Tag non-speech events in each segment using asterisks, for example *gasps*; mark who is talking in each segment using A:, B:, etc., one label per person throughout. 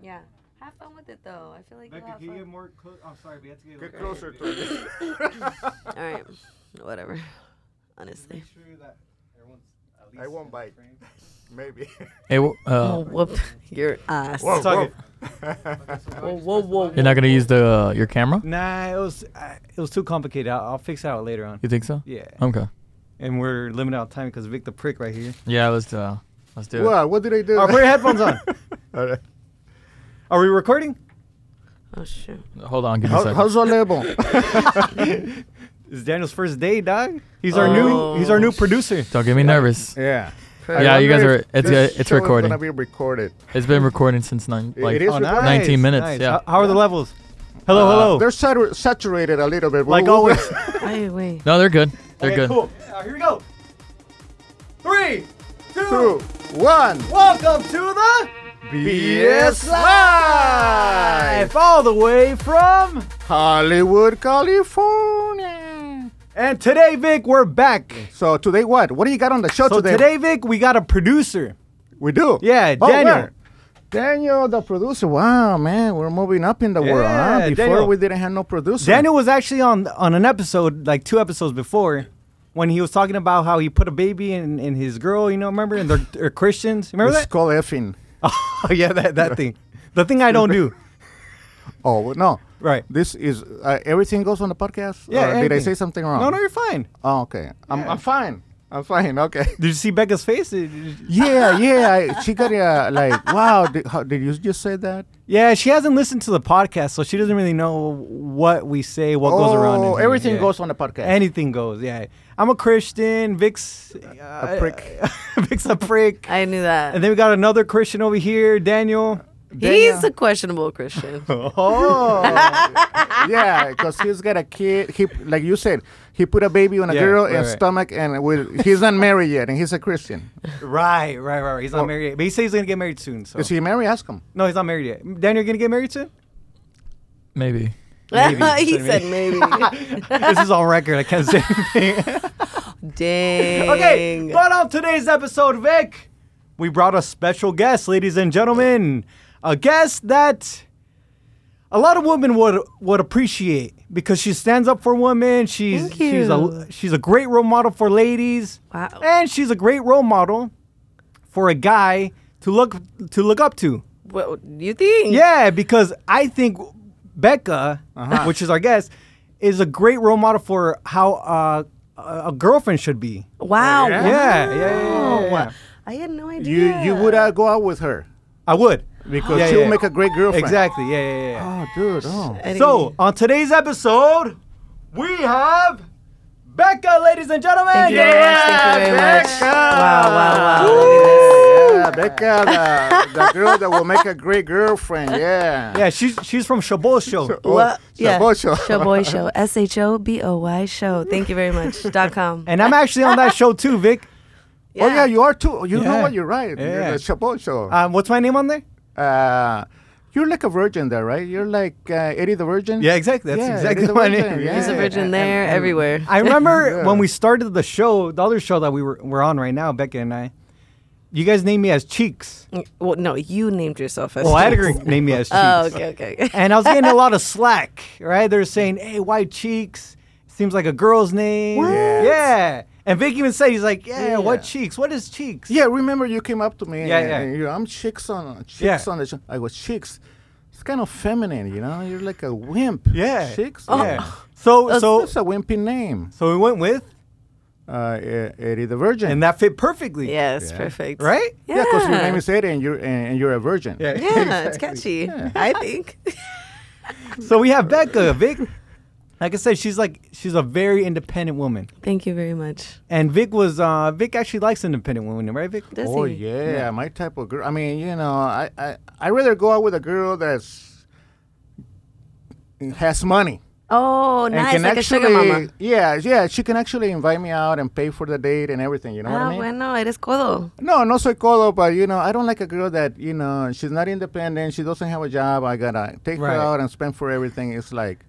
A: Yeah. Have fun with it though. I feel like you'll
B: Becca,
A: have
B: can you get
A: fun.
B: more close? I'm sorry, we have to get, a
C: Get
B: little
C: closer to it.
A: *laughs* All right. Whatever. Honestly.
B: Make sure that everyone's at least
C: I won't
B: in
C: bite.
B: frame. *laughs*
C: Maybe.
D: Hey, w-
A: Oh,
D: uh,
A: whoop your ass.
C: Whoa,
D: Target.
C: whoa. *laughs*
A: Whoa, whoa, whoa.
D: you're not gonna use the uh, your camera?
B: Nah, it was uh, it was too complicated. I'll, I'll fix that out later on.
D: You think so?
B: Yeah,
D: Okay.
B: and we're limited on time because Vic the prick right here.
D: Yeah, let's uh, let's do it.
C: Wow, what did I do?
B: Oh, put your headphones on.
C: *laughs* All right.
B: Are we recording?
A: Oh shoot.
D: Hold on, give me a
C: How,
D: second.
C: how's your level?
B: It's Daniel's first day, dog. He's our new he's our
A: Oh.
B: new producer.
D: Don't get me nervous.
C: yeah. I
D: *laughs* Oh, Yeah,
C: wonder
D: you guys are-
C: if
D: it's-
C: this
D: it's
C: show is
D: recording.
C: gonna be recorded.
D: It's been recording since nine.
C: It-
D: Like,
C: it is
B: Oh,
C: recording.
B: nice,
D: 19 minutes,
B: nice.
D: yeah.
B: How, how are the levels? Hello,
D: Uh,
B: hello.
C: They're satur- saturated a little bit.
B: like
C: We'll- we'll-
B: always. *laughs*
D: *laughs*
A: Wait, wait.
D: no, they're good. They're
B: Okay,
D: good.
B: Cool. Uh, here we go. Three, two,
C: Two, one.
B: Welcome to the
C: BS Live!
B: all the way from.
C: Hollywood, California.
B: And today, Vic, we're back.
C: So today, what? What do you got on the show
B: So
C: today?
B: today, Vic, we got a producer.
C: we do.
B: Yeah,
C: Oh,
B: Daniel.
C: where? Daniel, the producer. Wow, man, we're moving up in the world. huh?
B: Yeah,
C: Before
B: Daniel.
C: we didn't have no producer.
B: Daniel was actually on on an episode, like two episodes before, when he was talking about how he put a baby in, in his girl. You know, remember? And they're, they're Christians. Remember
C: it's
B: that? *laughs*
C: called effing.
B: Oh yeah, that that thing, the thing I don't
C: *laughs*
B: do.
C: Oh well, no,
B: Right.
C: this is uh, everything goes on the podcast.
B: Yeah,
C: Or did I
B: everything.
C: say something wrong?
B: No, no, you're fine.
C: Oh, okay. I'm, I'm fine. I'm fine. Okay.
B: Did you see Becca's face? Did- did-
C: *laughs* yeah, yeah. I, she got uh, like, wow. Did, how, did you just say that?
B: Yeah, she hasn't listened to the podcast, so she doesn't really know what we say, what goes around. in
C: Oh,
B: here.
C: everything
B: Yeah.
C: goes on the podcast.
B: Anything goes. Yeah, I'm a Christian. Vic's uh,
C: a prick.
B: *laughs* Vic's a prick.
A: I knew that.
B: And then we got another Christian over here,
C: *laughs*
B: Daniel.
A: He's a questionable Christian.
C: Oh, *laughs* yeah, because he's got a kid. He, like you said, he put a baby on a
B: Yeah,
C: girl
B: right,
C: and
B: right.
C: stomach, and with, he's not married yet, and he's a Christian.
B: Right, right, right. right. He's not married, yet. but he says he's gonna get married soon. So
C: Is he married? Ask him.
B: no, he's not married yet. Daniel, you gonna get married
C: *laughs*
B: soon?
D: *laughs* Maybe.
A: *laughs* he said maybe.
D: *laughs*
B: this is on record. I can't say anything.
A: Dang.
B: Okay, but on today's episode, Vic, we brought a special guest, ladies and gentlemen. A guest that a lot of women would would appreciate because she stands up for women. She's
A: Thank
B: she's
A: you.
B: a she's a great role model for ladies.
A: Wow.
B: And she's a great role model for a guy to look to look up to.
A: what you think?
B: Yeah, because I think Becca,
A: Uh-huh.
B: which is our guest, is a great role model for how uh, a a girlfriend should be.
A: Wow.
C: Yeah.
B: Yeah, yeah, yeah, yeah, yeah,
A: Wow.
B: yeah.
A: I had no idea.
C: You you would uh, go out with her
B: I would.
C: because
B: Yeah,
C: she'll
B: yeah.
C: make a great girlfriend.
B: Exactly. Yeah, yeah, yeah.
C: Oh, dude. Oh.
A: Eddie.
B: So, on today's episode, we have Becca, ladies and gentlemen.
A: Thank you very much. Thank you very much. Wow, wow, wow. Look at this.
C: Yeah, Becca, the, the girl that will make a great girlfriend. Yeah.
B: Yeah, she's she's from Shabosho.
C: Oh,
A: What?
C: Shaboy Show.
A: Shaboy Show. S H O B O Y Show. Thank you very much. Dot com.
B: And I'm actually on that show too, Vic.
C: *laughs* Oh yeah, you are too. You know
B: Yeah.
C: what? You're right.
B: Yeah.
C: You're the Shaboy Show.
B: Um, what's my name on there?
C: Uh, you're like a virgin there, right? You're like uh, Eddie the Virgin.
B: Yeah, exactly. That's
C: Yeah,
B: exactly
C: it is a
B: my
C: virgin,
B: name.
C: yeah.
A: He's a virgin
C: and-
A: there, everywhere. *laughs*
B: I remember
C: Yeah.
B: when we started the show, the other show that we were we're on right now, Becca and I. You guys named me as Cheeks.
A: well, no, you named yourself as.
C: Oh,
B: Well, I had a
A: Cheeks.
B: girl named me as Cheeks.
A: Oh, okay, okay. okay.
B: and I was getting a lot of slack, right? They're saying, "Hey, white cheeks seems like a girl's name."
C: What?
B: Yeah. And Vic even said, "He's like, yeah,
C: Yeah.
B: white cheeks? What is cheeks?"
C: Yeah, remember you came up to me.
B: Yeah,
C: and,
B: yeah.
C: and you, I'm chicks on chicks
B: Yeah.
C: on the show. I was chicks. It's kind of feminine, you know. You're like a wimp.
B: Yeah. Oh.
C: chicks.
B: Yeah. So, so,
C: That's a wimpy name.
B: so we went with,
C: Uh, E- Eddie the Virgin.
B: and that fit perfectly.
A: *laughs* Yes, perfect.
B: Right.
C: yeah, because your
A: Yeah.
C: name is Eddie, and you're and, and you're a virgin.
A: *laughs* Yeah, it's catchy. I think. *laughs*
B: So we have Becca, Vic. Like I said, she's like she's a very independent woman,
A: Thank you very much.
B: and Vic was uh, Vic actually likes independent women, right, Vic?
A: Does
C: Oh
A: he?
C: yeah, my type of girl. I mean, you know, I I I rather go out with a girl that's has money.
A: Oh,
C: and
A: nice.
C: can
A: Like a
C: actually,
A: sugar mama.
C: yeah, yeah, she can actually invite me out and pay for the date and everything. You know what
A: Ah,
C: I mean?
A: bueno, eres codo.
C: No, no soy codo, but you know, I don't like a girl that you know she's not independent. She doesn't have a job. I gotta take
B: Right.
C: her out and spend for everything. It's like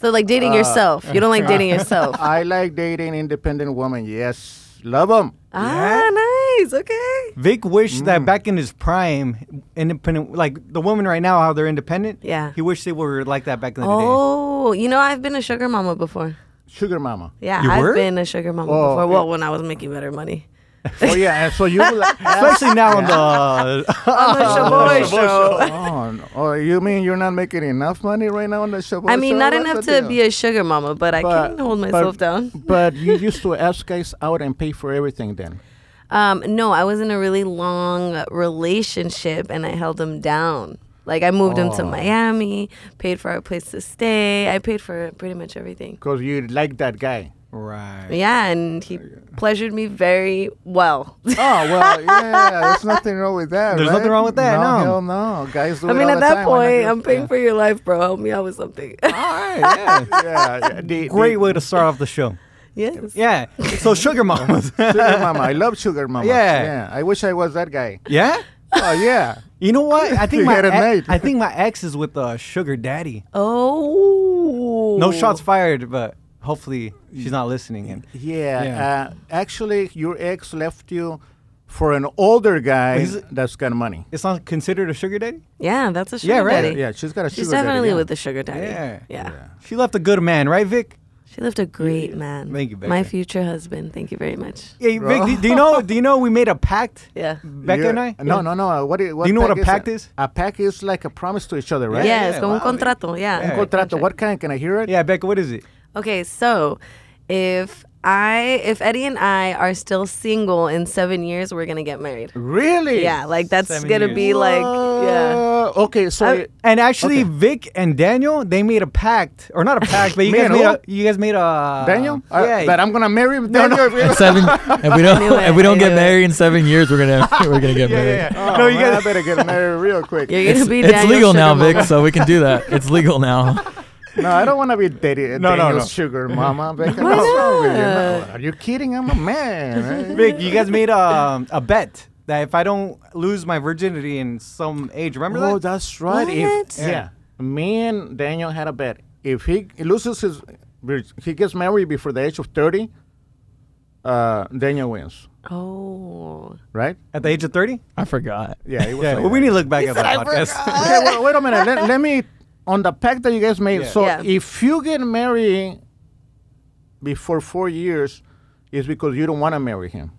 A: So, like
C: Ah.
A: dating yourself. You don't like
C: *laughs*
A: dating yourself.
C: I like dating independent women. Yes, love them.
A: ah, nice. Okay.
B: Vic wished that back in his prime, independent, like the women right now, how they're independent.
A: Yeah.
B: He wished they were like that back in the day.
A: Oh, you know I've been a sugar mama before.
C: Sugar mama.
A: Yeah,
B: You
A: I've
B: were?
A: been a sugar mama
C: Oh,
A: before.
C: yeah.
A: Well, when I was making better money.
C: Oh yeah, and so you were
A: *laughs*
C: like,
B: Especially now on the.
A: On
B: *laughs*
C: *laughs*
A: the Shaboy show.
C: oh, no. oh, you mean you're not making enough money right now on the show?
A: I mean, not enough to be a sugar mama, but I can hold myself down. *laughs*
C: But you used to ask guys out and pay for everything then.
A: Um, no, I was in a really long relationship and I held him down. Like I moved him to Miami, paid for our place to stay. I paid for pretty much everything.
C: Because you like
A: *laughs*
C: that guy.
B: right.
A: Yeah, and he pleasured me very well.
C: Oh, well, yeah, there's nothing wrong with that.
B: There's
C: right?
B: nothing wrong with that, no.
C: Hell no. Guys do
A: *laughs* I
C: it
A: mean, at
C: all the
A: that
C: time. Why not
A: point,
C: do it?
A: I'm paying for your life, bro. Help me out with something.
C: All right, *laughs* yeah. yeah. yeah. The-
B: Great
C: the-
B: way to start off the show.
A: *laughs* yes.
B: Yeah. So sugar
C: *laughs*
B: mamas.
C: Sugar mama. I love sugar mama.
B: Yeah.
C: Yeah. I wish I was that guy.
B: yeah.
C: Oh, yeah.
B: You know what? I think
C: You
B: my
C: had it
B: ex,
C: made.
B: I think my ex is with uh, sugar daddy.
A: Oh.
B: No shots fired, but hopefully she's not listening. And
C: Yeah.
B: Yeah.
C: Uh, actually, your ex left you for an older guy
B: He's-
C: that's got money.
B: it's not considered a sugar daddy.
A: Yeah, that's a sugar
B: Yeah, right.
A: daddy.
C: Yeah, she's got a
A: She's
C: sugar daddy,
A: definitely
C: yeah.
A: with the sugar daddy.
B: Yeah.
A: Yeah.
B: She left a good man, right, Vic?
A: She left a great man.
B: Thank you,
A: My
B: Becca.
A: future husband. Thank you very much.
B: Hey, Vic, do, do you know? Do you know we made a pact?
A: Yeah.
B: Becca
C: You're-
B: and I.
C: No, no, no. uh, What, i- what
B: you know what a
C: pact
B: pact is?
C: A pact is like a promise to each other, right?
A: yeah, it's
B: yeah,
A: como un
B: wow, man.
A: contrato. Yeah.
B: Yeah.
C: Un contrato. What kind? Can I hear it?
B: Yeah, Becca, what is it?
A: Okay, so if I if Eddie and I are still single in seven years, we're gonna get married.
C: Really?
A: Yeah, like that's
B: Seven
A: gonna
B: years.
A: be like yeah.
C: Uh, Okay, so
A: I-
B: And actually,
C: Okay.
B: Vic and Daniel, they made a pact, or not a pact,
C: *laughs*
B: but you
C: Me
B: guys
C: and
B: made
C: who?
B: a, you guys made a
C: Daniel,
B: Yeah,
C: Uh, that I'm gonna marry him. Daniel.
D: In seven, if we don't,
A: knew it,
D: if
A: I
D: we don't get
A: knew it.
D: married in seven years, we're gonna, *laughs* we're gonna get married.
C: *laughs* Oh,
B: No, you
C: man,
B: guys-
C: I better get married real quick.
A: You're gonna
D: It's,
A: be
D: it's
A: Daniel's
D: legal
A: sugar
D: now,
A: mama.
D: Vic. So we can do
C: *laughs*
D: that. It's legal now.
C: No, I don't want to be daddy.
B: No, no,
C: Daniel's
B: no.
C: sugar
A: *laughs*
C: mama. Becca, what's wrong with you? No, are you kidding? I'm
B: *laughs*
C: a man. right?
B: Vic, you guys made a a bet that if I don't lose my virginity in some age, remember
C: Oh,
B: that?
C: that's right.
A: What?
C: If, yeah. me and Daniel had a bet. If he loses his, vir- he gets married before the age of thirty. Uh, Daniel wins,
A: Oh.
C: right?
B: At the age of thirty?
D: I forgot.
C: Yeah, it was
B: Yeah.
C: like
B: well, we
C: that.
B: need to look back at that
A: I
B: podcast.
C: Okay, wait, wait a minute. Let, let me on the pact that you guys made.
B: Yeah.
C: So
A: Yeah.
C: if you get married before four years, it's because you don't want to marry him,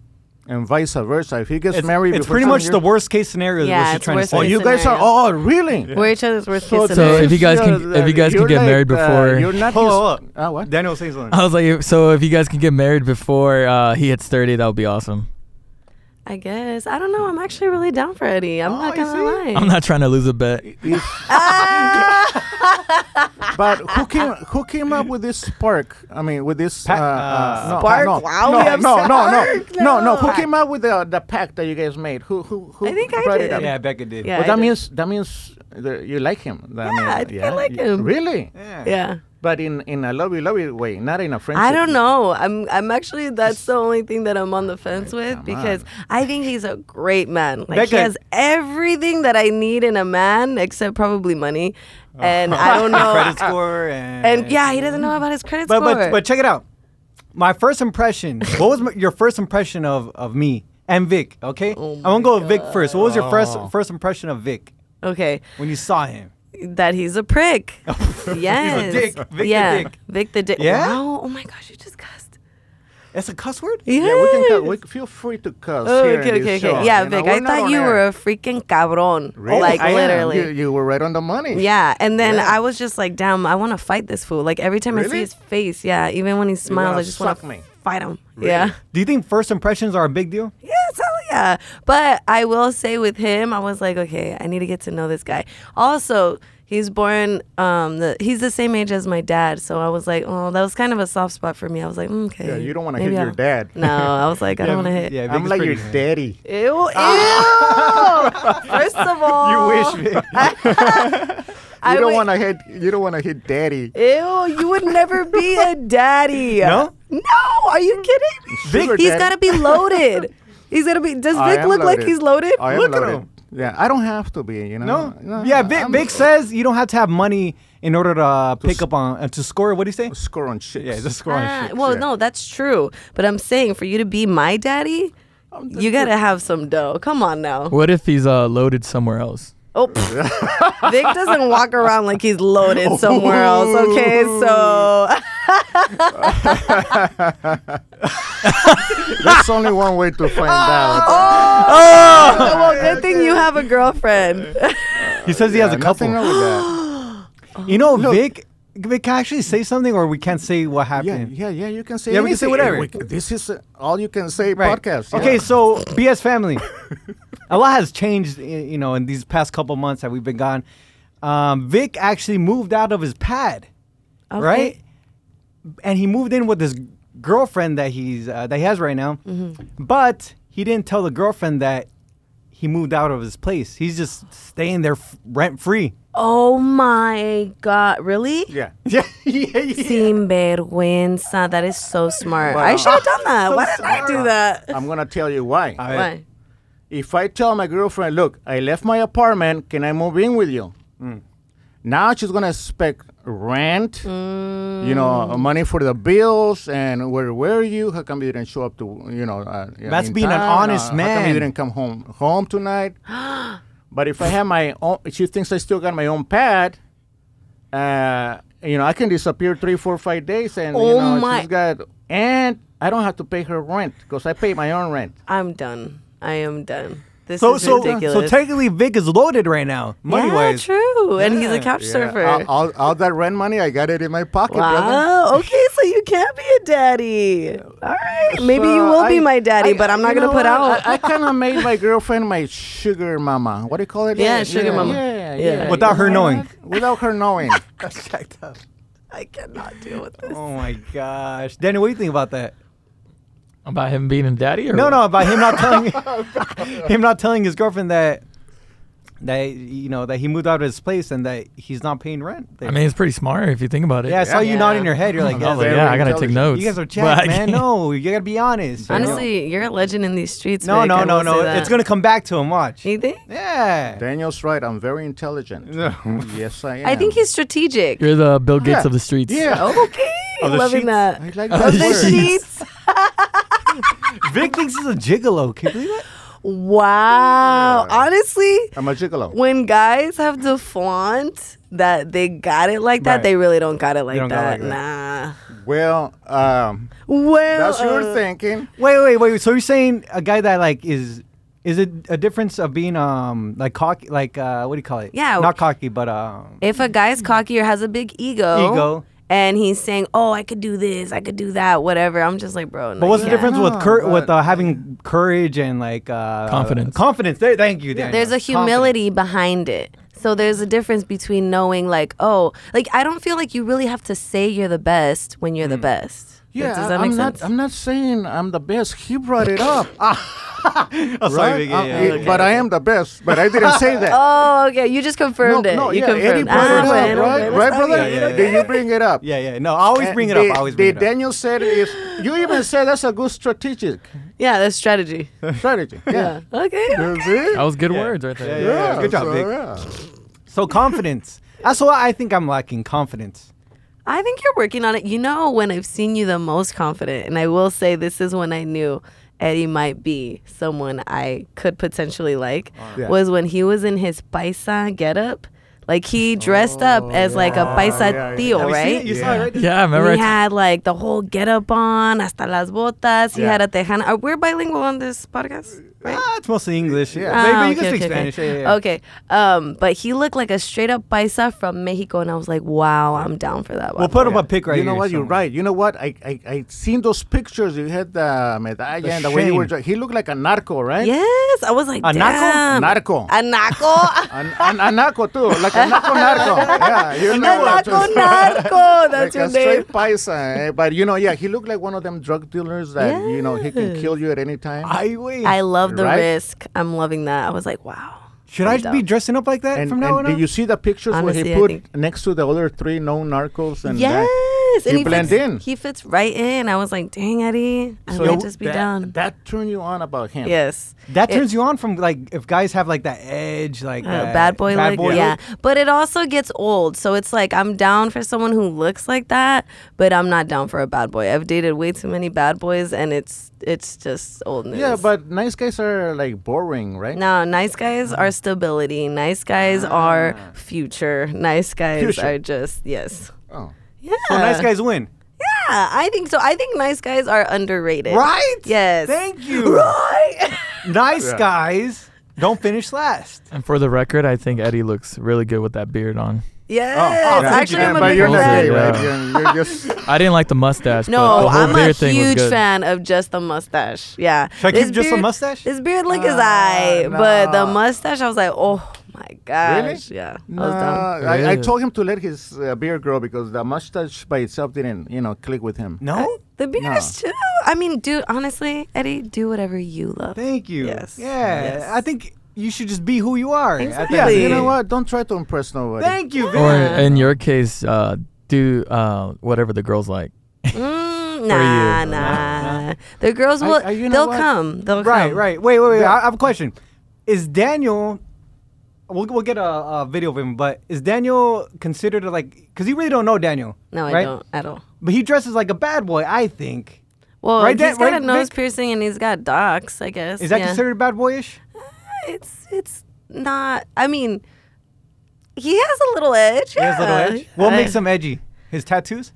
C: and vice versa. If he gets
B: It's,
C: married,
B: it's
C: before
B: pretty
C: seven
B: much the
C: years-
B: worst case scenario.
A: Yeah,
B: Yeah, what she's
A: it's
B: trying to
A: worst
B: say.
C: Oh, you guys are.
A: scenario.
C: Oh, really?
A: We're each other's worst
C: So
A: kiss
D: So
A: scenario.
D: if you guys can, if you guys can
C: You're
D: get
C: like,
D: married
C: uh,
D: before,
C: you're not
B: Hold
C: his-
B: on, hold on.
C: Ah, what?
B: Daniel, say something.
A: Oh.
D: I was like, so if you guys can get married before uh, he hits thirty, that would be awesome.
A: I guess. I don't know. I'm actually really down for Eddie. I'm not
B: you
A: gonna lie.
D: I'm not trying to lose a bet.
C: But *laughs* who came who came up with this spark? I mean, with this
B: Pa-
C: uh,
B: uh,
C: uh, no,
A: Spark?
C: No,
A: Wow,
C: no,
A: we have
C: no, no, no,
A: spark?
C: no, no.
A: No.
C: Who came up with the the pact that you guys made? Who who who?
A: I think I
C: brought
A: did.
C: It up?
B: yeah, Becca did.
A: Yeah.
C: But
A: I
C: that
A: did.
C: means that means that you like him. That
A: Yeah,
C: means-
A: I think I like
C: you-
A: him.
C: Really?
B: Yeah.
A: yeah.
C: But in in a lovey lovey way, not in a friendship.
A: I don't know. I'm I'm actually that's the only thing that I'm on the fence with because I think he's a great man. Like
B: Becca-
A: he has everything that I need in a man except probably money.
C: Oh.
A: And Oh, I
C: *laughs*
A: don't know.
B: Credit score and
A: and yeah, he doesn't know about his credit
B: But
A: score.
B: but but check it out. My first impression. what was my, your first impression of of me and Vic? Okay,
A: Oh
B: I'm gonna go with Vic first. What was your first first impression of Vic
A: okay,
B: when you saw him? *laughs*
A: that he's a
C: *laughs*
A: prick. yes.
B: dick. Vic the
A: yeah.
B: dick.
A: Vic the dick.
B: Yeah?
A: Wow. Oh my gosh, you just cussed.
B: That's a cuss word.
A: Yes.
C: Yeah, we can cut, we feel free to cuss.
A: Oh,
C: here in
A: okay,
C: this
A: okay,
C: show,
A: okay. Yeah,
C: you know,
A: Vic,
C: we're
A: I
C: not
A: thought
C: on
A: you
C: air.
A: were a freaking cabron.
C: Really?
A: Like
C: I am.
A: literally.
C: You, you were right on the *laughs* money.
A: Yeah, and then
C: Yeah.
A: I was just like, damn, I want to fight this fool. Like every time I see
C: Really?
A: his face, yeah, even when he smiles,
C: wanna
A: I just want
C: suck me?
A: to fight him. Yeah.
B: Do you think first impressions are a big deal?
A: *laughs* Yes, hell yeah. But I will say with him, I was like, okay, I need to get to know this guy. Also, he's born, um, the, he's the same age as my dad. So I was like, oh, that was kind of a soft spot for me. I was like, mm, okay.
C: Yeah, you don't wanna
A: maybe
C: hit your
A: I'll-
C: dad.
A: *laughs* No, I was like, I don't want to hit.
B: Yeah, Vic
C: I'm
B: is
C: like
B: pretty
C: your
B: good.
C: daddy.
A: Ew,
C: Ah!
A: ew. *laughs* First
C: *laughs*
A: of all.
B: You
A: *laughs*
B: wish, Vic.
A: I
C: you
A: wi-
C: don't want to hit. You don't want to hit daddy.
A: Ew, you would never be a daddy.
B: No?
A: No, are you kidding?
C: Big- Sugar
A: He's
C: daddy.
A: got to be loaded. He's got to be. Does
C: I
A: Vic
C: am
A: look like
C: loaded.
A: he's loaded?
C: I am
B: Look at
C: loaded.
B: him.
C: Yeah, I don't have to be. You know.
B: no. yeah, Vic,
C: I'm-
B: Vic says you don't have to have money in order to uh, pick up on uh, to score. What do you say?
C: Score on chicks.
B: Yeah, to score on
A: Ah,
B: shit.
A: well,
C: yeah.
A: no, that's true. But I'm saying for you to be my daddy, You gotta have some dough. Come on now.
D: What if he's uh, loaded somewhere else?
A: Oh, pff. Vic doesn't walk around like he's loaded somewhere else. Okay, so *laughs*
C: There's only one way to
A: *laughs*
C: find out.
A: oh, well, good thing you have a girlfriend.
B: He says he has a couple.
C: Nothing wrong with
B: *gasps*
C: that.
B: You know, Vic, Vic can actually say something, or we can't say what
C: Yeah,
B: happened.
C: yeah, yeah. You can say.
B: Yeah, we can say
C: anything.
B: whatever.
C: We can- this is uh, all you can say podcast.
B: Okay,
C: yeah.
B: so BS family, a lot has changed. y- You know, in these past couple months that we've been gone, um, Vic actually moved out of his pad,
A: Okay.
B: right? And he moved in with his girlfriend that he's uh, that he has right now,
A: Mm-hmm.
B: but he didn't tell the girlfriend that he moved out of his place. He's just staying there f- rent free. *laughs*
A: Oh my God! Really?
C: Yeah.
B: Yeah, yeah, yeah.
A: Sinvergüenza. That is so smart. I
C: Wow.
A: should have done
B: *laughs*
A: that. Why did I do
B: smart.
A: that?
C: I'm gonna tell you why.
B: All right.
A: Why?
C: if I tell my girlfriend, look, I left my apartment, can I move in with you?
B: Mm.
C: Now she's gonna expect rent,
A: Mm.
C: you know, money for the bills, and where were you? How come you didn't show up to, you know? Uh,
B: That's
C: in
B: being an
C: time?
B: honest
C: Uh, How come
B: man.
C: you didn't come home home
A: *gasps*
C: tonight? but if I have my own, she thinks I still got my own pad. Uh, you know, I can disappear three, four, five days, and
A: Oh
C: you know,
A: my-
C: she's got, and I don't have to pay her rent because I pay my own rent.
A: I'm done. I am done. This
B: So
A: is
B: so so
A: ridiculous.
B: technically, Vic is loaded right now, money
A: yeah,
B: wise. *laughs*
A: true. And he's a couch
C: Yeah,
A: surfer.
C: All, all, all that rent money, I got it in my pocket, brother.
A: Wow. *laughs* Okay, so you can be a daddy. All right. Maybe
C: So
A: you will be
C: I-
A: my daddy,
C: I-
A: but I'm not
C: you
A: gonna
C: know
A: put
C: what?
A: out. *laughs*
C: I, I kind of made my girlfriend my sugar mama. What do you call it?
A: Yeah, sugar mama. Yeah.
C: Yeah, yeah.
B: Without her
C: You know
B: knowing.
C: what? Without
B: *laughs*
C: her knowing.
B: That's jacked up.
A: I cannot deal with this.
B: Oh my gosh, Danny, what do you think about that?
D: About him being a daddy? Or
B: No,
D: what?
B: no, about him not
A: *laughs*
B: telling *laughs* him not telling his girlfriend that that you know that he moved out of his place and that he's not paying rent. There.
D: I mean, it's pretty smart if you think about it.
B: yeah, I saw you
A: Yeah.
B: nodding your head. You're *laughs* like,
D: I was
B: yeah,
D: like,
C: very
D: yeah, I gotta take
C: intelligent.
D: notes.
B: you guys are
D: but I
B: jacked, man. *laughs*
D: *laughs* can't-
B: No, you gotta be honest. you know?
A: Honestly, you're a legend in these streets.
B: no,
A: Vic. I
B: no, no,
A: will say
B: no.
A: that.
B: It's gonna come back to him. Watch.
A: You think?
B: Yeah.
C: Daniel's right. I'm very intelligent.
B: *laughs*
C: yes, I am.
A: I think he's strategic.
D: You're the Bill Gates
C: Yeah.
D: of the streets.
C: Yeah.
A: okay.
B: Of the
A: Loving
B: sheets.
A: that.
C: I like
D: Of
C: that
D: the
A: The
C: word.
D: sheet.
A: sheets.
B: *laughs* Vic thinks he's a gigolo. Can you believe that?
A: Wow. Honestly,
C: I'm a gigolo.
A: when guys have to flaunt that they got it like that,
B: Right.
A: they really don't got it like,
B: don't
A: that.
B: got it like
C: Well, um,
A: Nah. Well,
C: that's your
A: uh,
C: thinking.
B: Wait, wait, wait. So you're saying a guy that like is is it a difference of being um like cocky like uh what do you call it?
A: Yeah.
B: Not cocky, but um
A: If a guy's cocky or has a big ego,
B: Ego.
A: and he's saying, "Oh, I could do this, I could do that, whatever," I'm just like, bro.
B: But what's
A: yeah.
B: the difference with
C: No,
B: cur- with
C: but-
B: uh, having courage and like uh,
D: Confidence.
B: Confidence. There, thank you. Daniel.
A: There's a humility behind it. So there's a difference between knowing, like, oh, like I don't feel like you really have to say you're the best when you're the
B: Mm.
A: best.
C: Yeah,
A: does that
C: I'm
A: make
C: not.
A: sense?
C: I'm not saying I'm the best. He brought it up.
B: *laughs* Confidence. Oh, Ah, sorry,
C: right?
B: Vicky,
C: Uh,
B: yeah,
C: yeah,
B: okay.
C: But I am the best. But I didn't say that.
A: *laughs* Oh, okay. You just confirmed it. you
C: Eddie
A: confirmed.
C: brought
A: Ah, bueno,
C: it up, right?
A: bueno,
C: right,
A: está
C: brother?
A: bien.
B: Yeah, yeah,
C: Did
B: yeah.
C: you bring it up?
B: yeah, yeah. No, I always bring it up. I always bring it
C: did
B: up.
C: Daniel said is you even said that's a good strategic
A: Yeah, that's strategy.
C: strategy. Yeah.
A: *laughs* Yeah. Okay.
C: That's it.
D: That was good words right
B: Yeah,
D: there.
B: Oh, yeah, yeah. Good job,
C: so,
B: Vic.
C: yeah.
B: So confidence. That's what I think I'm lacking. Confidence.
A: I think you're working on it. You know when I've seen you the most confident, and I will say this is when I knew Eddie might be someone I could potentially like
C: Yeah.
A: was when he was in his paisa getup. Like he dressed up as like a paisa
C: Oh, yeah, yeah.
A: tío,
B: Have Oh, you seen
A: right?
B: it? You saw it, right?
D: Yeah, I
A: And
D: remember. I
A: He had like the whole getup on, hasta las botas. He
C: Yeah.
A: had a tejana. Are we bilingual on this podcast? Right?
B: Ah, it's mostly English. Yeah,
A: Ah,
B: Maybe you
A: okay,
B: can speak
A: okay,
B: Spanish.
A: Okay.
B: Yeah, yeah, yeah.
A: Okay. Um, but he looked like a straight up paisa from Mexico, and I was like, wow, I'm down for that.
B: We'll
A: one.
B: put up a pic right
C: you know
B: here
C: what? You're
B: somewhere.
C: right. You know what? I I I seen those pictures. You had the medalla
B: The
C: and the way you were.
B: shame.
C: dre- He looked like a narco, right?
A: Yes, I was like,
B: A narco?
A: damn.
C: Narco.
A: *laughs* A
C: *laughs*
A: narco.
C: An, an, a narco too, like a narco
A: *laughs*
C: narco. Yeah, you
A: A
C: know what?
A: narco,
C: *laughs*
A: narco. That's
C: like
A: your
C: a straight
A: name.
C: paisa, eh? but you know, yeah, he looked like one of them drug dealers that you know he can kill you at any time.
B: I wait.
A: I love the
C: Right?
A: risk. I'm loving that. I was like, wow.
B: Should I be dressing up like that
C: and
B: from now
C: and
B: on?
C: did you see the pictures
A: Honestly,
C: where
A: I
C: he put
A: think-
C: next to the other three known narcos and
A: yes.
C: that?
A: is. And
C: You
A: he
C: blend
A: fits,
C: in.
A: He fits right in. I was like, dang, Eddie, I
C: So
A: might
C: you-
A: just be
C: that,
A: down.
C: That turned you on about him.
A: yes.
B: That
A: It-
B: turns you on from like if guys have like that edge, like
A: Uh,
B: that
A: bad boy
B: bad
A: look.
B: boy
A: yeah.
B: look.
A: But it also gets old. So it's like I'm down for someone who looks like that, but I'm not down for a bad boy. I've dated way too many bad boys and it's it's just old news.
C: Yeah, but nice guys are like boring, right?
A: no, nice guys are stability. Nice guys
B: Ah.
A: are future. Nice guys
C: Future.
A: are just yes.
C: Oh.
A: Yeah.
B: So nice guys win,
A: Yeah, I think so. I think nice guys are underrated.
B: right?
A: Yes.
B: Thank
A: *laughs*
B: you. *laughs*
A: Right.
B: Nice
C: Yeah.
B: guys don't finish last.
D: And for the record, I think Eddie looks really good with that beard on.
A: yes.
B: oh, thank
A: Actually,
B: you.
A: I'm a
C: Yeah, but
A: big
C: you're not
A: fan.
C: gay, right?
D: Yeah.
C: You're, you're just
A: *laughs*
D: I didn't like the mustache. but
A: No,
D: the
A: I'm
D: whole
A: a
D: beard thing was
A: huge
D: good.
A: fan of just the mustache. Yeah.
B: Should I keep
A: This
B: just a
A: beard-
B: mustache?
A: This beard look is
B: Uh,
A: I,
C: Ah,
A: but the
C: no.
A: mustache, I was like, oh my gosh. Yeah. I was dumb.
C: Nah, uh, I, I
D: Really?
C: told him to let his uh, beard grow because the mustache by itself didn't, you know, click with him.
B: No,
A: The beard is chill. I mean, dude, honestly, Eddie, do whatever you love.
B: thank you.
A: Yes.
B: Yeah,
A: Yes.
B: I think you should just be who you are. at that
C: Yeah,
A: Really?
C: you
B: point.
C: know what? Don't try to impress nobody.
B: Thank you.
D: Or
B: Vin.
D: in your case, uh, do uh, whatever the girls like.
A: Mm,
D: you.
A: nah, nah. The girls
C: I-
A: will,
B: uh,
C: I- you know
A: they'll
C: what?
A: come. They'll
B: Right,
A: come.
B: right. Wait, wait, wait. I I have a question. Is Daniel? We'll, we'll get a, a video of him, but is Daniel considered like? Because you really don't know Daniel.
A: No, I
B: right?
A: don't at all.
B: But he dresses like a bad boy. I think.
A: Well,
B: Right,
A: he's
B: Dan-
A: got
B: right,
A: a nose
B: Vic?
A: piercing and he's got docs, I guess.
B: Is that
A: yeah.
B: considered bad boyish?
A: It's it's not. I mean, he has a little edge.
B: He has a
A: yeah.
B: little edge. What
A: I-
B: makes him edgy? His tattoos.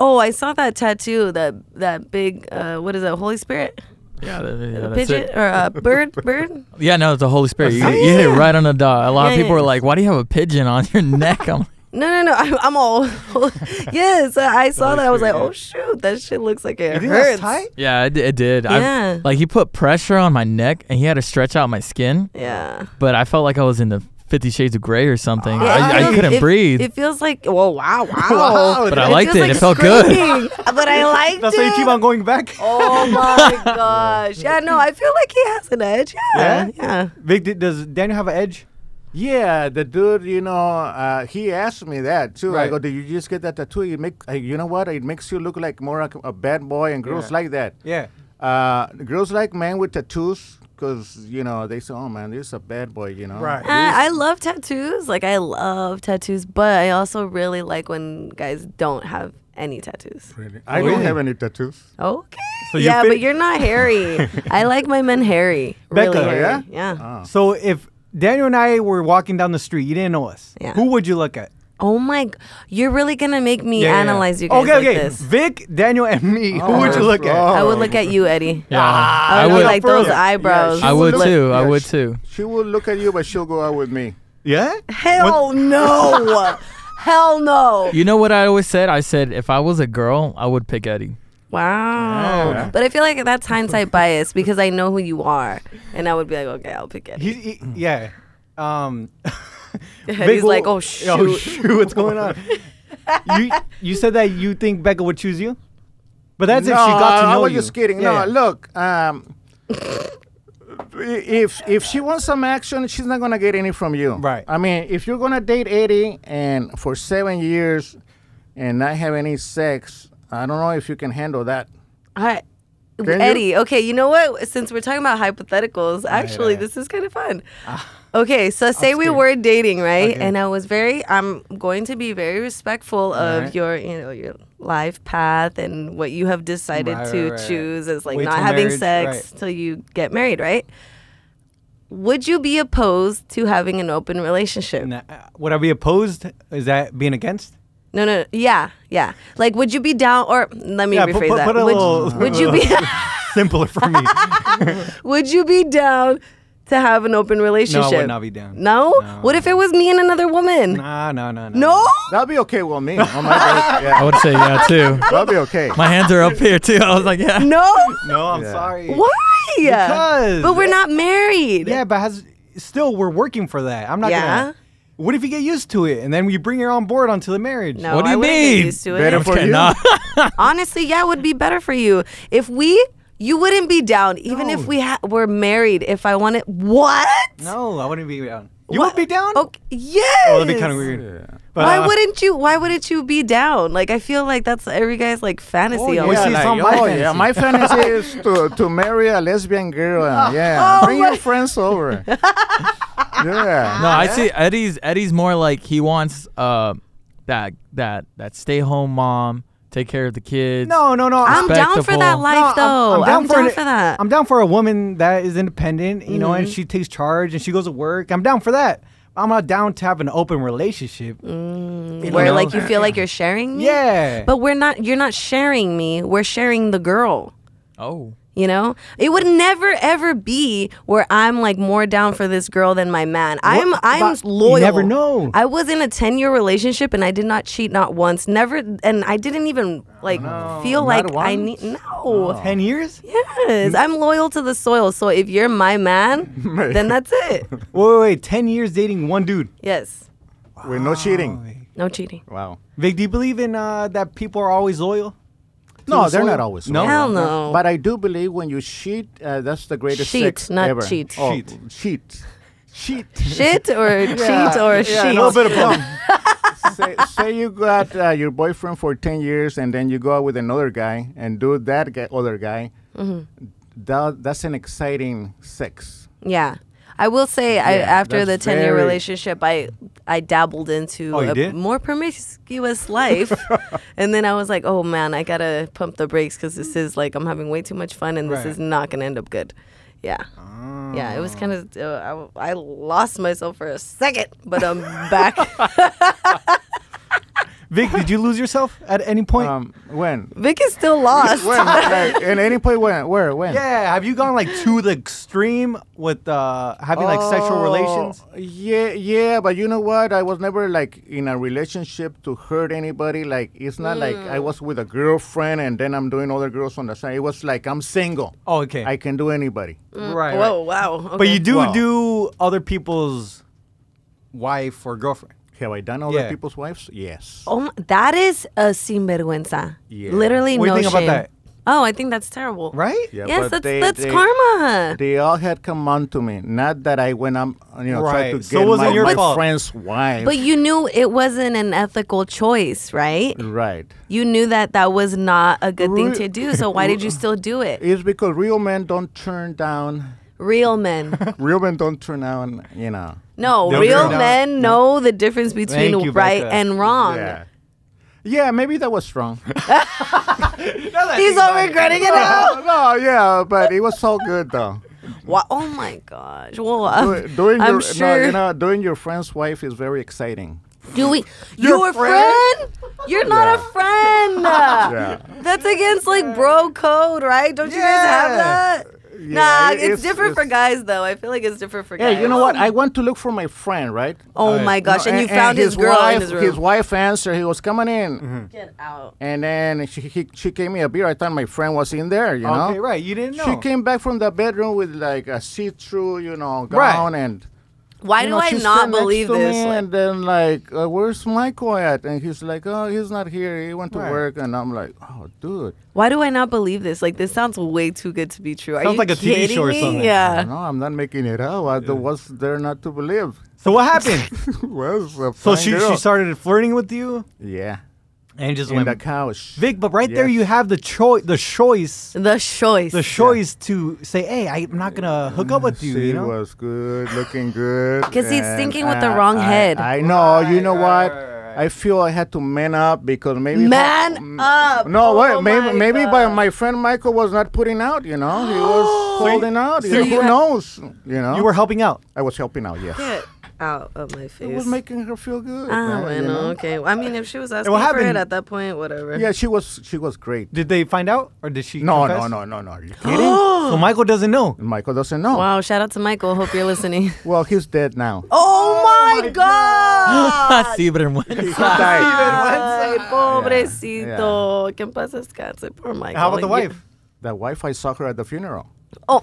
A: Oh, I saw that tattoo. That that big. Uh, what is that? Holy Spirit
D: Yeah, th- yeah, that's
A: pigeon
D: it.
A: or
D: *laughs*
A: uh, bird? Bird.
D: Yeah, no, it's the Holy Spirit. You, you hit it
A: yeah.
D: right on the dot. A lot
A: Yeah,
D: of people
A: yeah.
D: are like, "Why do you have a pigeon on your *laughs* neck?" I'm like,
A: No, no, no. I'm, I'm all. *laughs* yes, I saw that. I was like, oh shoot, that shit looks like it
B: You think
A: hurts.
B: that's tight?
D: "Yeah, it, di- it did." I've-
A: Yeah.
D: like he put pressure on my neck, and he had to stretch out my skin.
A: Yeah.
D: But I felt like I was in the Fifty Shades of Grey or something.
A: Yeah, it
D: I, I
A: feels-
D: couldn't
A: it-
D: breathe.
A: It feels like whoa,
D: *laughs*
A: wow, wow.
B: Wow,
D: But I liked
A: feels
D: it. It felt good.
A: screaming, but I liked
B: That's
A: it.
B: why you keep on going back.
A: *laughs* Oh my gosh. Yeah, no, I feel like he has an edge. Yeah.
B: Yeah?
A: Yeah.
B: Vic, d- does Daniel have an edge?
C: Yeah, the dude, you know, uh, he asked me that too.
B: Right.
C: I go, did you just get that tattoo? You make, uh, you know what? It makes you look like more like a bad boy, and girls
B: Yeah.
C: like that.
B: Yeah.
C: Uh, girls like men with tattoos because you know they say, oh man, this is a bad boy, you know.
B: Right.
A: I, I love tattoos. Like I love tattoos, but I also really like when guys don't have any tattoos.
C: Really? I
B: Really?
C: don't have any tattoos.
A: Okay.
B: So you
A: yeah,
B: fit-
A: but you're not
B: *laughs*
A: hairy. I like my men hairy.
B: Becca, Uh.
A: really hairy.
C: yeah?
A: Yeah.
B: Oh. So if Daniel and I were walking down the street, you didn't know us.
A: Yeah.
B: Who would you look at?
A: oh my! g- You're really gonna make me
B: Yeah, Oh, yeah, yeah.
A: analyze you guys
B: Okay,
A: like
B: okay.
A: this.
B: Vic, Daniel, and me. Who would you look at?
A: I would look at you, Eddie.
D: yeah,
A: I
D: I
B: Ah,
A: would,
D: would.
A: like
B: further.
A: those eyebrows.
D: I would
C: look-
D: too. I
C: yeah,
D: would
C: sh-
D: too.
C: She will look at you, but she'll go out with me.
B: Yeah.
A: Hell
B: *laughs*
A: no! Hell no!
D: You know what I always said? I said if I was a girl, I would pick Eddie.
B: Oh,
A: Wow.
C: Yeah.
A: But I feel like that's hindsight bias because I know who you are. And I would be like, okay, I'll pick it.
B: He, he
C: Mm.
B: yeah.
A: *laughs*
B: Um,
A: And he's
B: Vic will-
A: like, oh, shoot.
B: Oh shoot! What's going
A: *laughs*
B: on? you you said that you think Becca would choose you, but that's if she got to
C: I-
B: know
C: I was
B: you.
C: just kidding.
B: Yeah.
C: No, look. Um, if if she wants some action, she's not gonna get any from you.
B: Right.
C: I mean, if you're gonna date Eddie and for seven years and not have any sex, I don't know if you can handle that.
A: All right.
C: you?
A: Eddie, okay, you know what? Since we're talking about hypotheticals, actually,
B: yeah.
A: this is kind of fun. Okay, so say we
B: Ah, scared.
A: were dating, right?
B: Okay.
A: And I was very, I'm going to be very respectful of
B: Alright.
A: your, you know, your life path and what you have decided
B: Right,
A: to
B: right, right.
A: choose as like
B: Wait
A: not
B: till
A: having
B: marriage,
A: sex
B: right.
A: till you get married, right? Would you be opposed to having an open relationship?
B: Nah, uh, would I be opposed? Is that being against?
A: No, no, yeah, yeah. Like, would you be down? Or let me
B: Yeah, put-
A: rephrase
B: put-
A: that.
B: put a
A: would,
B: little-
A: would you
B: *laughs*
A: be *laughs*
B: Simpler for me.
A: Would you be down to have an open relationship?
B: not be down.
A: No? What if it was me and another woman?
B: nah, no, no, no.
A: No.
C: That'll be okay with me. Oh my
B: *laughs*
C: God.
D: I
C: Yeah.
D: would say yeah too.
C: That'll be okay.
D: My hands are up here too. I was like, yeah.
A: No.
B: No, I'm
C: Yeah.
B: sorry.
A: Why?
B: Because-
A: But we're not married.
B: Yeah, but has still we're working for that. I'm not
A: Yeah?
B: gonna. What if you get used to it and then you bring her on board onto the marriage?
A: No,
D: What do
A: I
D: you
A: wouldn't get
D: mean?
A: used to it.
C: *laughs* Better for
D: Okay,
C: you.
D: nah.
A: Honestly, yeah, it would be better for you if we. You wouldn't be down even if we ha- were married. If I wanted, what?
B: No, I wouldn't be down. You
A: What?
B: would be down?
A: Okay. Yes.
B: Oh, that'd be kind of weird. But,
A: why
B: uh,
A: wouldn't you? Why wouldn't you be down? Like I feel like that's every guy's like fantasy.
B: Oh, yeah.
A: almost.
B: see, it's not my
C: oh,
B: fantasy.
C: yeah, my fantasy is to, to marry a lesbian girl. uh,
B: *laughs*
C: yeah,
B: Oh
C: bring your friends over. yeah.
D: No, I see Eddie's Eddie's more like he wants uh that that that stay home mom, take care of the kids.
B: No, no, no.
A: I'm down for that
D: Respectable.
A: life though. I'm, down, for,
B: an-
A: that. Mm-hmm.
B: I'm down for a woman that is independent, you know, and she takes charge and she goes to work. I'm down for that. I'm not down to have an open relationship. You
A: Mm, Where
B: know?
A: like you feel like you're sharing me.
B: *laughs* yeah.
A: But we're not. You're not sharing me. We're sharing the girl.
D: Oh.
A: You know, it would never ever be where I'm like more down for this girl than my man. I'm I'm
B: about- you
A: loyal.
B: never know.
A: I was in a ten year relationship and I did not cheat not once. Never, and I didn't even like feel like
C: Not
A: I need
C: once?
A: no.
B: Oh. Ten years?
A: Yes, I'm loyal to the soil. So if you're my
B: *laughs*
A: man, then that's it.
B: Wait, wait, wait. Ten years dating one dude.
A: Yes,
C: With no
B: Oh
C: cheating.
A: no cheating.
C: Wow.
B: Vic, do you believe in uh, that people are always loyal?
C: No,
B: the
C: they're
B: soil?
C: not always.
B: No?
C: loyal.
A: Hell no.
C: But I do believe when you cheat, uh, that's the greatest
A: Sheet,
C: sex
A: not
C: ever.
A: cheat.
C: Oh,
B: Sheet.
C: cheat. Cheat.
A: Shit
B: *laughs*
A: or cheat or
C: yeah,
A: sheet.
C: A little bit of
A: *laughs*
C: both. say, say you got uh, your boyfriend for 10 years and then you go out with another guy and do that guy, other guy.
A: Mm-hmm.
C: That, that's an exciting sex.
A: Yeah. I will say, I,
C: Yeah,
A: after the
C: that's
A: 10 year
C: very-
A: relationship, I, I dabbled into
B: Oh, you
A: a
B: did?
A: more promiscuous
B: *laughs*
A: life. and then I was like, oh man, I gotta pump the brakes because this is like, I'm having way too much fun and
B: Right.
A: this is not gonna end up good. Yeah. Yeah, it was kind
B: Ah.
A: of, uh, I, I lost myself for a second, but I'm back. *laughs*
B: Vic, did you lose yourself at any
C: *laughs*
B: point?
C: Um, when?
A: Vic is still lost.
C: when? Like, in any point, when? Where? When?
B: yeah. Have you gone like to the extreme with uh, having like sexual relations?
C: Oh, Yeah, yeah, but you know what? I was never like in a relationship to hurt anybody. Like it's not like I was
B: Mm.
C: with a girlfriend and then I'm doing other girls on the side. It was like I'm single.
B: Oh, okay.
C: I can do anybody.
B: right. right.
A: Whoa, wow.
B: But you
A: okay.
B: do
C: Wow.
B: do other people's wife or girlfriend.
C: Have I done other
B: Yeah.
C: people's wives? Yes.
A: Oh, my, that is a sinvergüenza.
C: Yeah.
A: Literally,
B: What do
A: no
B: you think about
A: shame.
B: that?
A: Oh, I think that's terrible.
B: Right?
C: Yeah,
A: yes,
C: but
A: that's
C: they-
A: that's
C: they-
A: karma.
C: They all had come on to me. Not that I went up, you know, tried to
B: Right. So
C: get
B: it wasn't
C: my,
B: your
C: my
B: fault.
C: friend's wife.
A: but you knew it wasn't an ethical choice, right?
C: right.
A: You knew that that was not a good thing
C: Re-
A: to do. So why did you still do it?
C: It's because real men don't turn down.
A: Real men,
C: Real men don't turn down. You know. *laughs*
A: no,
B: No,
A: real
B: no, no.
A: men know the difference between
B: Thank you,
A: right
B: Becca.
A: and wrong.
C: Yeah. Yeah, maybe that was wrong. *laughs*
A: He's all regretting it now.
C: no, no, yeah, but it was so good though.
A: Wha- Oh my gosh! Well, I'm,
C: Doing, doing
A: I'm
C: your,
A: sure.
C: no, you know, doing your friend's wife is very exciting.
A: Doing
B: Your
A: your, friend?
B: friend?
A: You're not a friend.
C: *laughs* Yeah.
A: That's against like bro code, right? Don't you guys have that? nah,
C: it-
A: it's,
C: it's-
A: different for
C: it's-
A: guys though. I feel like it's different for guys.
C: Hey, you know what? I went to look for my friend, right?
A: Oh my gosh!
C: No,
A: and you found his, girl
C: wife,
A: in his room. Mm-hmm.
C: His wife answered. He was coming in,
A: Get out.
C: and then she he, she gave me a beer. I thought my friend was in there, you know.
B: Okay, right. You didn't know.
C: She came back from the bedroom with like a see-through, you know,
B: Right.
C: gown and.
A: Why
C: you
A: do
C: know,
A: I
C: she
A: not
C: stood next
A: believe
C: to
A: this?
C: me
A: Like,
C: and then like, uh, where's Michael at? And he's like, oh, he's not here. He went to
B: Right.
C: work. And I'm like, oh, dude.
A: why do I not believe this? Like this sounds way too good to be true. Are
B: Sounds
A: you
B: like a TV
A: kidding
B: show or
A: me?
B: something.
A: Yeah.
C: No, I'm not making it up. I, the, what's there not to believe? *laughs*
B: So what happened? *laughs*
C: was
B: so
C: a fine
B: she
C: girl.
B: she started flirting with you
C: yeah,
B: and just
C: in
B: went
C: the couch.
B: Vic, but right there
C: Yes.
B: you have the choice the choice
A: The choice.
B: the choice to say, "Hey, I'm not going to hook up with you,"
C: She
B: you know?
C: was good, looking good.
A: 'Cause he's
C: and
A: thinking with the
C: I-
A: wrong
C: I-
A: head.
C: I know. you know
B: right,
C: what?
B: right, right.
C: I feel I had to man up because maybe
A: Man up. *laughs*
C: No,
A: Oh
C: wait.
A: my
C: Maybe, maybe, but
A: God.
C: my friend Michael was not putting out. You know, he was
B: So you-
C: holding out. You
A: so
C: know,
A: you
C: who
A: had-
C: knows? You know,
B: You were helping out.
C: I was helping out. Yes,
A: Get out of my face.
C: it was making her feel good.
A: Ah,
C: man, you
A: bueno,
C: know?
A: okay. Well, I mean, if she was asking
B: what
A: for it
B: happened-
A: at that point, whatever. *gasps*
C: Yeah, she was. She was great.
B: Did they find out or did she
C: No,
B: confess?
C: no, no, no, no. Are you kidding?
B: So Michael doesn't *laughs* know.
C: Michael doesn't know.
A: Wow, shout out to Michael. Hope you're listening.
C: Well, he's dead now.
A: *laughs* Oh, my,
D: *laughs*
A: God!
D: See, but in one-
A: Ay, pobrecito. Que en paz descanse. Poor Michael.
B: How about the
A: You-
B: wife?
C: That wife I saw her at the funeral.
A: Oh.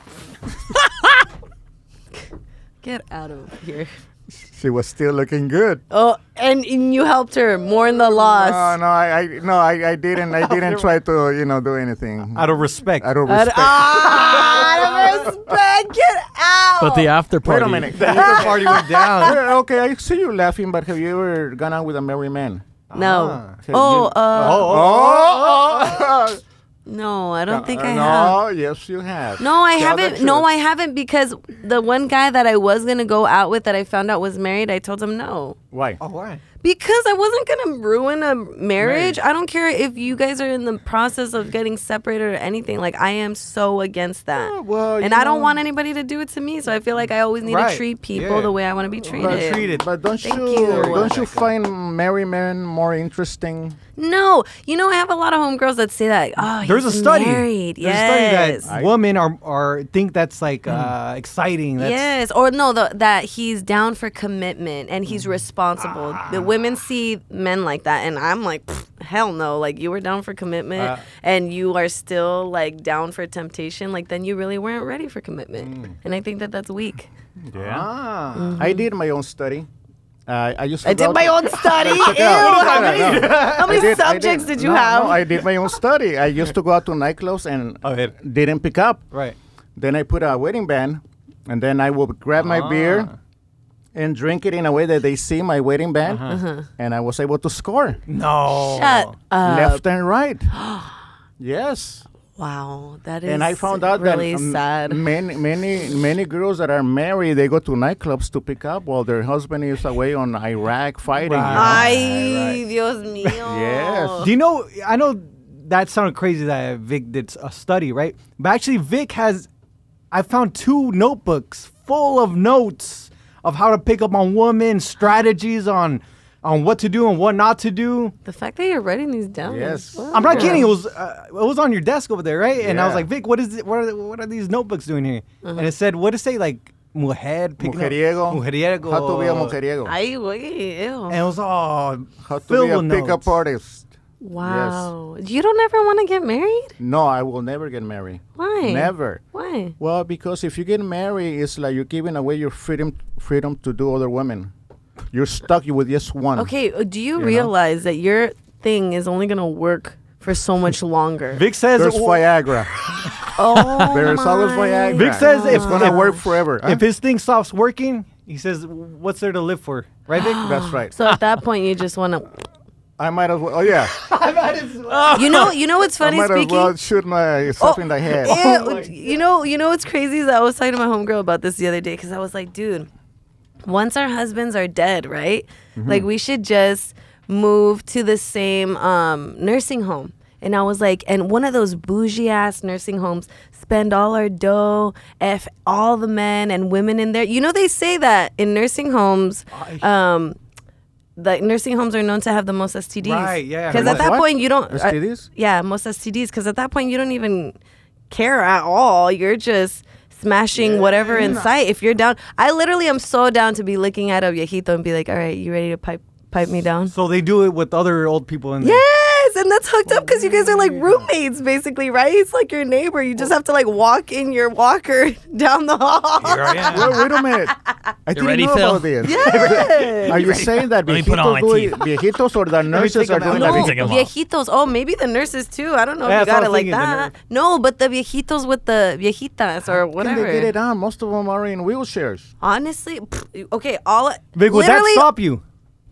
A: Get out of here.
C: She was still looking good.
A: Oh, and, and you helped her mourn the loss.
C: Ah, No, no, I, I no, I, I
B: Uh,
C: didn't, I didn't try to, you know, do anything.
B: Out of respect.
A: uh,
C: I don't
A: Out-
C: respect.
A: ah, out of respect. Get out.
D: But the after
C: Wait
D: party.
C: a minute.
B: After party went down.
C: *laughs* Yeah, okay, I see you laughing, but have you ever gone out with a merry man?
A: no.
B: Ah.
A: *laughs* oh, uh,
B: Oh,
C: Oh,
A: no, I don't think I have.
C: Uh, no, yes, you have.
A: No, I
C: Tell the
A: haven't. No,
C: truth.
A: I haven't because the one guy that I was gonna go out with that I found out was married, I told him no.
C: Why?
B: oh, why?
A: Because I wasn't gonna ruin a marriage. I don't care if you guys are in the process of getting separated or anything. Like I am so against that.
C: Yeah, well,
A: and
C: you
A: I don't
C: know-
A: want anybody to do it to me. So I feel like I always need
B: Right.
A: to treat people
B: Yeah.
A: the way I want to be treated.
B: treated.
C: But don't
A: Thank
C: you,
A: you.
C: don't you find merry men more interesting?
A: No, you know I have a lot of homegirls that say that. Oh,
B: There's a
A: he's
B: study.
A: Married.
B: There's
A: yes. Mm.
B: a study that women are, are think that's like uh, exciting. That's,
A: yes, or no, the, that he's down for commitment and he's responsible. The women see men like that, and I'm like, "Pfft, hell no! Like you were down for commitment, and you are still like down for temptation. Like then you really weren't ready for commitment, and I think that that's weak.
C: Yeah.
B: Ah.
C: I did my own study. Uh, I just
A: I did
C: forgot-
A: my own study.
C: Check it out. Check it
A: Ew.
C: out. No.
A: How
C: I
A: many
C: did- I
A: subjects did you
C: no,
A: have?
C: No, I did my own study. I used to go out to nightclubs and
B: Oh, yeah.
C: didn't pick up.
B: Right.
C: Then I put a wedding band, and then I would grab my beer and drink it in a way that they see my wedding band, and I was able to score
B: No.
A: Shut up.
C: left
A: *gasps*
C: and right. yes.
A: Wow, that is.
C: And I found out
A: really
C: that um,
A: sad.
C: many, many, many girls that are married, they go to nightclubs to pick up while their husband is away on Iraq fighting. you know?
B: Wow.
A: Ay, Dios mío.
C: Yes.
B: Do you know? I know that sounded crazy that Vic did a study, right? But actually, Vic has. I found two notebooks full of notes of how to pick up on women, strategies on on what to do and what not to do.
A: The fact that you're writing these down.
C: Yes.
A: Wow.
B: I'm not kidding. It was uh, it was on your desk over there, right? And I was
C: Yeah.
B: like, Vic, what is it? What are what are these notebooks doing here?
A: Uh-huh.
B: And it said, what did it say? Like mujer, picking up-
C: Mujeriego.
B: mujeriego.
C: How to be a mujeriego.
A: Ay, güey, ew.
B: And it was oh, all
C: How to
B: filled
C: be a
B: with
C: pickup
B: notes.
C: artist.
A: wow. You don't ever want to get married?
C: No, I will never get married.
A: Why?
C: Never.
A: Why?
C: Well, because if you get married, it's like you're giving away your freedom freedom to do other women. You're stuck with just one.
A: Okay, uh, do you, realize that your thing is only going to work for so much
C: *laughs*
A: longer?
B: Vic says
C: There's Viagra.
A: oh,
C: There's always
A: my
C: Viagra.
B: Vic says
C: it's
B: if-
C: gonna
B: if-
C: work forever.
B: if his thing stops working, he says, "What's there to live for?" Right,
A: *gasps*
B: Vic?
C: That's right.
A: So at that point, you just
C: *laughs*
A: want to.
C: I might as well. Oh yeah.
A: You know, you know what's
C: I
A: funny?
C: might
A: Speaking, Oh,
C: as well shoot myself in the head.
B: Oh
A: *laughs* Ew, you know, you know what's crazy is I was talking to my homegirl about this the other day because I was like, dude, once our husbands are dead, right?
B: Mm-hmm.
A: Like we should just move to the same um, nursing home. And I was like, and one of those bougie ass nursing homes spend all our dough, f all the men and women in there. You know they say that in nursing homes.
B: Uh,
A: Um, like nursing homes are known to have the most STDs.
B: Right, yeah, I
A: Because
B: heard
A: at
B: that.
A: that
C: What?
A: point you don't uh, I-
C: STDs?
A: yeah, most STDs. Because at that point, you don't even care at all. You're just smashing whatever in sight. If you're down, I literally am so down to be looking at a viejito and be like, "All right, you ready to pipe pipe me down?"
B: So they do it with other old people in there.
A: Yes, and that's hooked up because you guys are like roommates, basically, right? It's like your neighbor. You just have to like walk in your walker *laughs* down the hall.
D: Here I am.
C: Wait, wait a
A: *laughs*
C: minute. I didn't
D: ready,
C: know
D: Phil?
C: about this.
A: Yes.
C: *laughs* Are you saying that
D: Let me put
C: viejitos,
D: on my
C: do it, viejitos or the nurses
B: take
C: are
B: them out.
A: No,
C: doing
D: Let me
C: that?
D: take 'em off.
A: viejitos. Oh, maybe the nurses too. I don't know
B: Yeah,
A: if you
B: that's
A: got it
B: what I was
A: like
B: thinking, the
A: that. No, but the viejitos with the viejitas or
C: Can
A: whatever.
C: they get it on? Most of them are in wheelchairs.
A: Honestly, pff, okay, all
B: Vic, would that
A: literally-
B: stop you?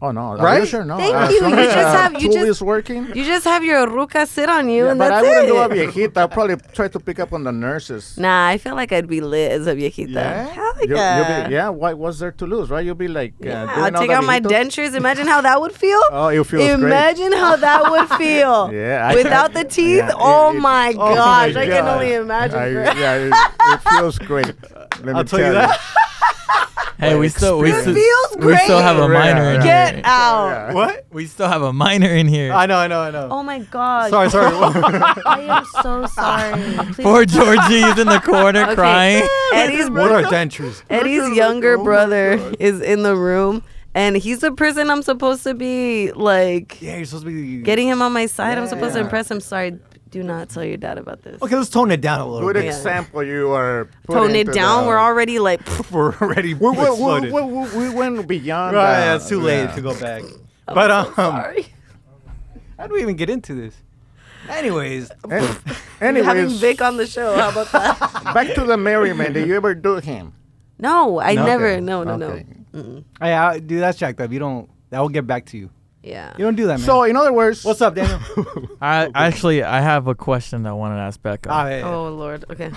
C: Oh no,
B: Right?
C: Are you sure? No.
A: Thank
C: Uh,
A: you. You
C: some,
A: just
C: uh,
A: have- you
C: tool
A: just-
C: is working.
A: You just have your ruca sit on you,
C: Yeah,
A: and
C: but
A: that's
C: I wouldn't do a
A: it.
C: viejita. I'll probably try to pick up on the nurses.
A: *laughs* nah, I feel like I'd be lit as a viejita. Hell
C: You'll- you'll be-
A: yeah!
C: yeah, what was there to lose, right? You'll be like, uh,
A: Yeah,
C: doing
A: I'll
C: all
A: take
C: the
A: out my
C: viejitos.
A: dentures. Imagine how that would feel.
C: *laughs* Oh, it feels great.
A: Imagine how that
C: *laughs*
A: would feel.
C: Yeah, I-
A: Without the teeth.
C: Yeah, it-
A: oh,
C: it-
A: my
C: oh my
A: gosh, I can
C: God.
A: only imagine.
C: *laughs* I,
A: bro.
C: yeah, it, it feels
B: *laughs*
C: great. Let me
B: I'll tell you that.
D: Hey, we still we still,
A: feels
D: we still
A: great.
D: have a
C: Yeah,
D: minor
A: *laughs*
D: in
A: Get
D: here.
A: out! *laughs*
B: *laughs*
C: *laughs*
B: What?
D: We still have a minor in here.
B: I know, I know, I know.
A: Oh my gosh!
B: Sorry, sorry.
A: *laughs*
B: *laughs*
A: I am
C: *laughs*
A: so sorry. Please-
D: Poor Georgie is
A: *laughs*
D: in the corner
A: Okay. *laughs*
D: crying.
A: Eddie's
B: what are dentures?
A: Eddie's
C: Oh
A: younger brother is in the room, and he's the person I'm supposed to be like
B: Yeah, you're supposed to be
A: getting him on my side. I'm supposed to impress him. Sorry, do not tell your dad about this.
B: Okay, let's tone it down a little
C: Good
B: bit.
A: Yeah.
C: example you are putting
A: Tone it
C: to
A: down.
C: the-
A: We're already like, pff,
B: We're already
C: We, we, we,
B: exploded.
C: we, we- we went beyond.
B: Right,
C: uh,
B: yeah, it's too
A: *laughs*
B: late
C: yeah.
B: to go back. but um,
A: sorry.
B: how do we even get into this? Anyways,
C: An-
A: *laughs* Having
C: Anyways,
A: Vic on the show, how about that?
C: *laughs* back to the merriment. Did you ever do him?
A: no, I never. No, no,
C: Okay.
A: no.
B: *laughs* hey, I, dude, that's jacked up. You don't. That will get back to you.
A: Yeah.
B: You don't do that, man.
C: So, in other words,
B: what's up,
C: *laughs*
B: Daniel?
D: I actually I have a question that I wanted to ask Becca.
B: Ah, yeah, yeah.
A: Oh Lord. Okay.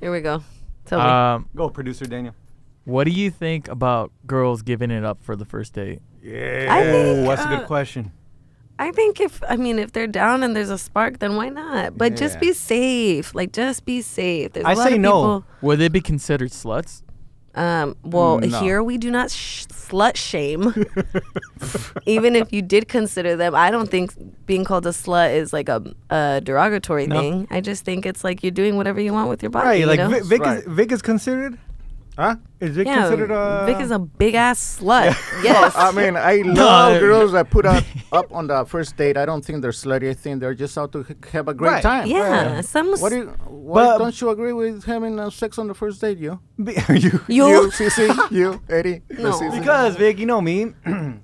A: Here we go. Tell me.
D: Um,
B: Go, producer Daniel.
D: what do you think about girls giving it up for the first date?
B: Yeah.
A: think,
B: that's a
A: uh,
B: good *laughs* question.
A: I think if I mean if they're down and there's a spark, then why not? But just
C: Yeah.
A: be safe. Like just be safe. There's a
B: I
A: lot
B: say
A: of
B: no.
A: people.
D: Would they be considered sluts?
A: Um, well,
C: No.
A: here we do not sh- slut shame. Even if you did consider them, I don't think being called a slut is like a, a derogatory
B: No.
A: thing. I just think it's like you're doing whatever you want with your body.
B: Right,
A: you
B: like
A: know?
B: Vi- Vic,
C: Right.
B: is Vic is considered.
C: huh?
B: Is Vic
A: yeah,
B: considered uh, a?
A: Vic is a big ass slut.
B: *laughs*
A: Yes.
C: I mean, I love
D: I-
C: girls that put up, up on the first date. I don't think they're slutty. I think they're just out to h- have a great
B: Right.
A: *laughs*
C: time.
A: yeah. Some.
C: What do you, why
B: But-
C: don't you agree with having uh, sex on the first date, you?
B: *laughs* Are you?
A: you.
C: You,
A: *laughs*
C: Cece, you, Eddie,
A: No.
C: the Cece.
B: Because Vic, you know me. *clears throat*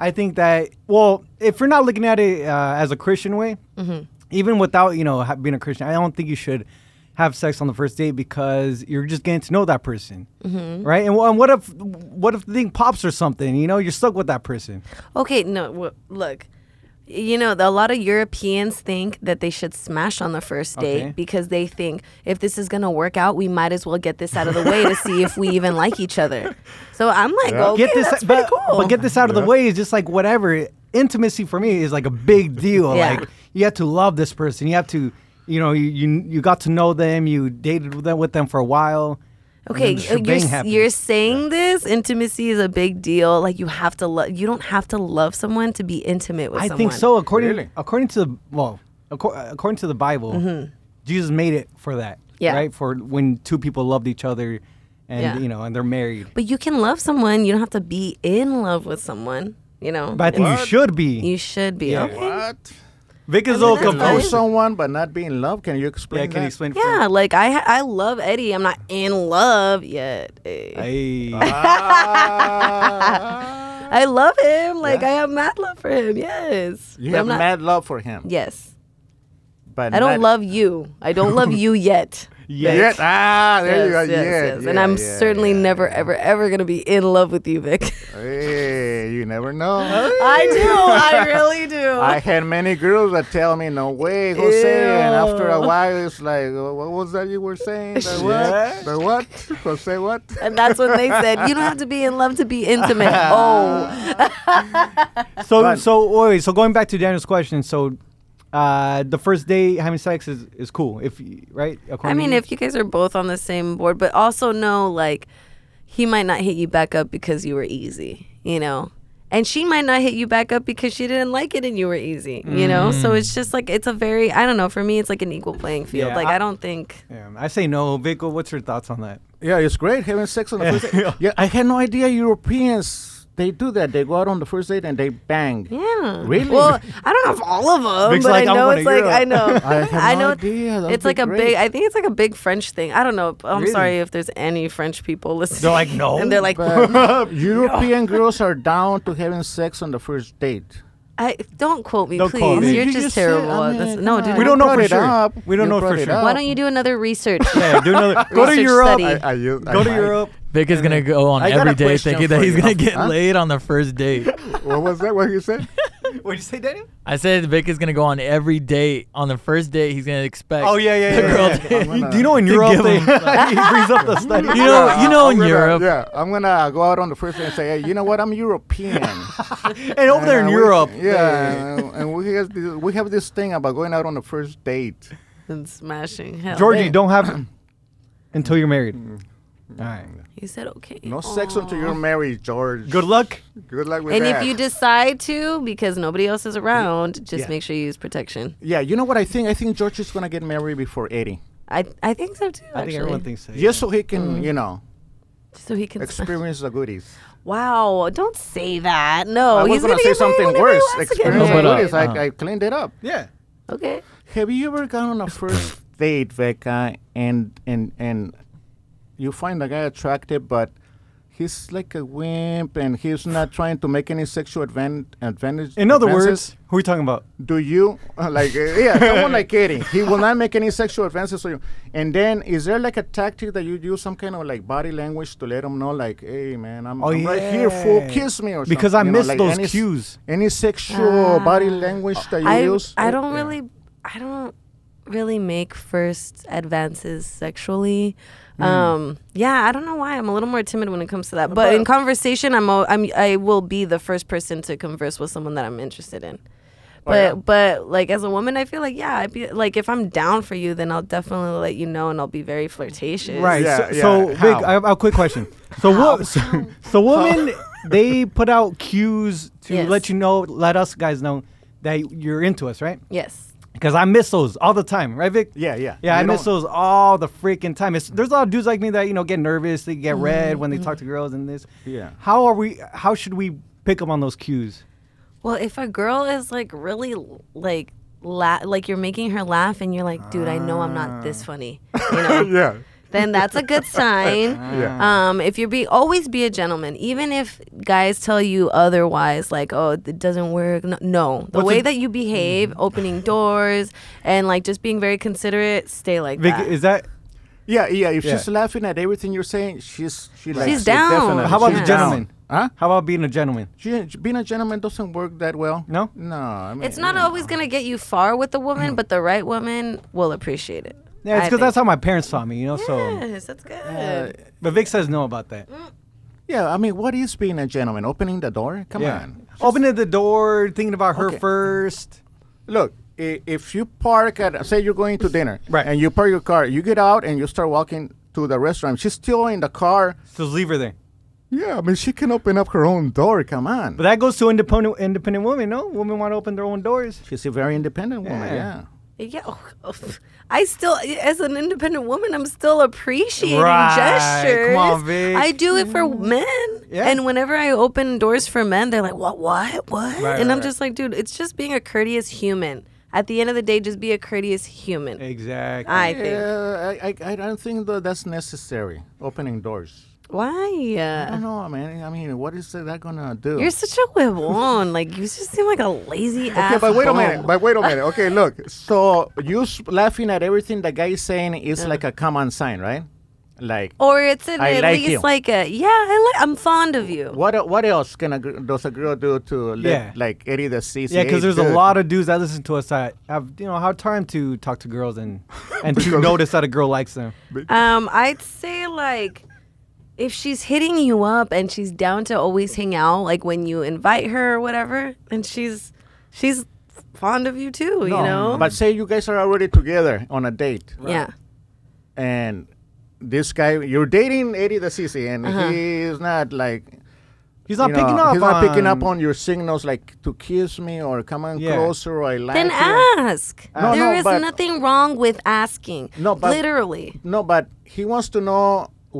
B: I think that well, if you're not looking at it uh, as a Christian way,
A: Mm-hmm.
B: even without you know ha- being a Christian, I don't think you should have sex on the first date because you're just getting to know that person,
A: Mm-hmm.
B: right? And, wh- and what if what if the thing pops or something? You know, you're stuck with that person.
A: Okay, no, w- look. You know, the- a lot of Europeans think that they should smash on the first date
B: Okay.
A: because they think if this is going to work out, we might as well get this out of the way to see if we even like each
B: *laughs*
A: other. So I'm like, okay,
B: get this,
A: that's pretty
B: but,
A: cool.
B: but get this out of the way is just like whatever. Intimacy for me is like a big deal.
A: Yeah.
B: Like you have to love this person. You have to, you know, you, you you got to know them. You dated with them with them for a while. and
A: Okay,
B: then the
A: uh, you're,
B: shebang
A: s-
B: happens.
A: you're saying this intimacy is a big deal. Like you have to love. You don't have to love someone to be intimate with
B: I
A: someone.
B: think so. According
C: Really?
B: according to the well, accor- according to the Bible, Jesus made it for that.
A: Mm-hmm. Yeah.
B: Right for when two people loved each other, and
A: Yeah.
B: you know, and they're married.
A: But you can love someone. You don't have to be in love with someone. You know.
B: But I think you
C: What?
B: should be.
A: you should be.
B: Yeah.
A: Okay.
C: What?
B: Vic is
A: mean,
B: all
A: that's
C: To know
A: Right.
B: confused.
C: someone but not be in love. Can you
B: Yeah,
C: explain
B: can
C: that?
B: you explain? for-
A: Yeah, like I I love Eddie. I'm not in love yet. Eh. I,
B: Hey.
C: Ah,
A: love him. Like
C: Yeah.
A: I have mad love for him. Yes.
C: *laughs* you
A: But
C: have
A: I'm not-
C: mad love for him.
A: Yes.
C: But
A: I don't
C: not-
A: love you. I don't love you yet.
C: Yes.
A: Oh,
C: Ah, there you go.
A: yes, yes.
C: yes,
A: and
C: yeah,
A: I'm
C: yeah,
A: certainly
C: yeah.
A: never, ever, ever gonna be in love with you, Vic.
C: Hey, you never know.
A: *laughs* I do. I really do.
B: *laughs*
C: I had many girls that tell me, "No way, Jose," and after a
A: Ew.
C: while, it's like, "Oh, "What was that you were saying? The
B: *laughs* Yeah.
C: what? The what? Jose? What?"
A: and that's when they said you don't have to be in love to be *laughs* intimate. Oh,
B: So
C: But-
B: so wait, so going back to Daniel's question, so uh the first day having sex is, is cool if y- right?
A: I
B: According
A: mean,
B: to you?
A: if you guys are both on the same board, but also know like he might not hit you back up because you were easy, you know. And she might not hit you back up because she didn't like it and you were easy, you know? So it's just like it's a very I don't know, for me it's like an equal playing field.
B: Yeah,
A: like
B: I-
A: I, don't think
B: yeah, I say no, Vic. What's your thoughts on that?
C: Yeah, it's great having sex on the first
B: *laughs*
C: date. Yeah, I had no idea Europeans they do that. They go out on the first date and they bang.
A: yeah.
C: Really?
A: Well, I don't know if all of them,
B: Vic's
A: but
B: like,
A: I
B: "I
A: know
B: wanna
A: it's like
B: Europe."
A: I
B: *laughs*
A: know.
C: I have no
A: know
C: idea. That'd
A: it's
C: be
A: like a
C: great.
A: big I think it's like a big French thing. I don't know. I'm
B: Really?
A: sorry if there's any French people listening.
B: They're like, "No,"
A: *laughs* And they're like
B: *laughs*
C: But European girls are down to having sex on the first date.
A: I don't quote me,
B: Don't
A: please.
B: quote me.
A: You're
B: You
A: just,
C: just said-
A: terrible.
C: I
A: at this.
C: mean,
A: No,
C: come
A: dude.
C: on.
B: We don't know
C: brought
B: for
C: it
B: sure.
C: up.
B: We don't
C: You
B: know for
C: brought it
B: sure.
C: up.
A: Why don't you do another research?
B: *laughs* Yeah, do
A: *laughs*
B: another, go to
A: Research
B: Europe.
A: study.
C: I, I, you- I
B: Go to
C: might.
B: Europe.
D: Vic is gonna go on
B: Mm. I got a
D: every day
B: question
D: thinking that
B: for
D: he's
B: you.
D: gonna get
C: Huh?
D: laid on the first
B: *laughs*
D: date.
C: What was that? What you said?
B: What did you say, Daniel?
D: I said Vic is gonna go on every date. On the first date, he's gonna expect.
B: Oh yeah, yeah,
D: the
B: yeah.
D: girl
B: yeah, *laughs*
D: to-
B: yeah.
C: I'm gonna-
B: Do you know in
D: to
B: Europe
D: give
B: they, *laughs* he
D: 'em-
B: brings up the
A: *laughs*
B: study?
D: You know,
C: Yeah,
D: you know,
C: I'm
D: in
C: gonna-
D: Europe,
C: Yeah, I'm gonna go out on the first date and say, hey, you know what? I'm
D: *laughs*
C: European.
D: Oh,
B: and over there in
C: And, uh, we-
B: Europe,
C: Yeah, and- and we have this, we have this thing about going out on the first date.
A: And smashing. Hell.
B: Georgie, don't have it until you're married. All right.
A: You said okay.
C: No sex until you're married, George.
B: Good luck.
C: Good luck with
A: And
C: that.
A: if you decide to, because nobody else is around, just
B: Yeah.
A: make sure you use protection.
C: yeah, you know what I think? I think George is gonna get married before Eddie,
A: I I think so too.
B: I
A: actually.
B: think everyone thinks so.
C: just so he can,
A: Mm.
C: you know,
A: so he can. smash-
C: experience the goodies.
A: Wow! Don't say that. No,
C: I was
A: Oh, he's
C: gonna,
A: gonna
C: say
A: get married
C: something
A: whenever he
C: worse.
A: wants to get
C: Experience the
D: married. No, but, uh,
C: goodies.
D: uh-huh.
C: I, I cleaned it up.
B: Yeah.
A: married. Okay.
C: Have you ever gone on a first date, Becca, and and and you find a guy attractive, but he's like a wimp and he's not trying to make any sexual advan- advantage.
B: In other
C: advances.
B: words, who are we talking about?
C: do you like uh, yeah someone like Eddie? He will not make any sexual advances to you. And then is there like a tactic that you use some kind of like body language to let them know like, hey man, I'm,
B: Oh,
C: I'm right here, fool,
B: yeah.
C: kiss me or
B: Because I
C: something. you know,
B: miss
C: like
B: those
C: any s-
B: cues.
C: Any sexual body language that you
A: Ah. I,
C: use?
A: I don't really I don't really make first advances sexually.
C: Hmm.
A: Um, yeah, I don't know why I'm a little more timid when it comes to that. But in conversation, I'm, al- I'm I will be the first person to converse with someone that I'm interested in. But
C: Oh, yeah.
A: but like as a woman, I feel like yeah, I'd be like if I'm down for you, then I'll definitely let you know, and I'll be very flirtatious.
B: Right.
C: Yeah,
B: so, so
C: yeah,
B: Vic,
C: how?
B: I have a quick question. So what? So, so women, *laughs* they put out cues to
A: Yes.
B: let you know, let us guys know that you're into us, right?
A: Yes.
B: Because I miss those all the time, right, Vic?
C: Yeah, yeah.
B: Yeah, I
C: You
B: miss
C: don't-
B: those all the freaking time. It's, there's a lot of dudes like me that you know get nervous, they get red when they talk to girls and this.
C: Mm-hmm. Yeah.
B: How are we? How should we pick up on those cues?
A: Well, if a girl is like really like la- like you're making her laugh, and you're like, dude, I know I'm not
B: Ah.
A: this
B: *laughs*
A: funny, you know.
C: yeah.
A: then that's a good sign.
C: Yeah.
A: Um, if you're be always be a gentleman, even if guys tell you otherwise, like oh it doesn't work. No, no. the
B: What's Mm.
A: way
B: a-
A: that you behave, opening doors, and like just being very considerate, stay like
B: Vic,
A: that.
B: is that?
C: Yeah, yeah. If
B: Yeah.
C: she's laughing at everything you're saying, she's she likes
A: She's
C: it,
A: down.
C: definitely.
B: How about
A: the
C: She's
B: gentleman?
C: down. Huh?
B: How about being a gentleman?
C: She, being a gentleman doesn't work that well.
B: No?
C: no. I mean,
A: it's not always gonna get you far with the woman, but the right woman will appreciate it.
B: Mm. Yeah, it's
A: I
B: because
A: think.
B: that's how my parents taught me, you know. So,
A: Yes, that's good.
C: Uh,
B: but Vic says no about that.
C: Mm. Yeah, I mean, what is being a gentleman? Opening the door? Come
B: Yeah.
C: on.
B: Opening the door, thinking about her
C: Okay.
B: first.
C: Look, i- if you park at, say you're going to dinner,
B: Right.
C: and you park your car, you get out and you start walking to the restaurant. She's still in the car.
B: So just leave her there.
C: Yeah, I mean, she can open up her own door. Come on.
B: But that goes to independent independent women. No, women want to open their own doors.
C: She's a very independent woman.
B: Yeah.
C: Yeah.
A: Yeah, oh, oh, I still, as an independent woman, I'm still appreciating
B: Right.
A: gestures.
B: Come on, Vic.
A: I do it for
C: Mm-hmm.
A: men,
B: Yeah.
A: and whenever I open doors for men, they're like, "What? What? What?"
B: Right,
A: and
B: right,
A: I'm just like, "Dude, it's just being a courteous human. At the end of the day, just be a courteous human."
B: Exactly.
A: I think.
C: Yeah, I, I, I don't think that that's necessary. Opening doors.
A: Why?
C: I
A: Uh,
C: don't know, man. I mean, what is that gonna do?
A: you're such a huevon. like you just seem like a lazy ass.
C: Okay, but wait a minute.
A: bum.
C: But wait a minute. Okay,
A: *laughs*
C: look. So you s- laughing at everything the guy is saying is like a common sign, right? Like
A: or it's an,
C: I
A: at
C: like
A: least
C: you.
A: like a yeah. I like. I'm fond of you.
C: What e- what else can a gr- does a girl do to let,
B: Yeah.
C: like Eddie the CC?
B: Yeah, because there's a lot of dudes that listen to us that have you know hard time to talk to girls and
C: *laughs*
B: and to notice that a girl likes them.
A: Um, I'd say like if she's hitting you up and she's down to always hang out, like when you invite her or whatever, then she's she's fond of you too, you know?
C: But say you guys are already together on a date,
A: Yeah.
C: and this guy you're dating Eddie the CC, and
A: Uh-huh.
C: he's not like
B: He's not
C: you
B: picking
C: know,
B: up.
C: He's not
B: on,
C: picking up on your signals like to kiss me or come on
B: Yeah.
C: closer or I like
A: Then
C: you.
A: ask. There
C: No,
A: is
C: no, but-
A: nothing wrong with asking.
C: No, but-
A: literally.
C: No, but he wants to know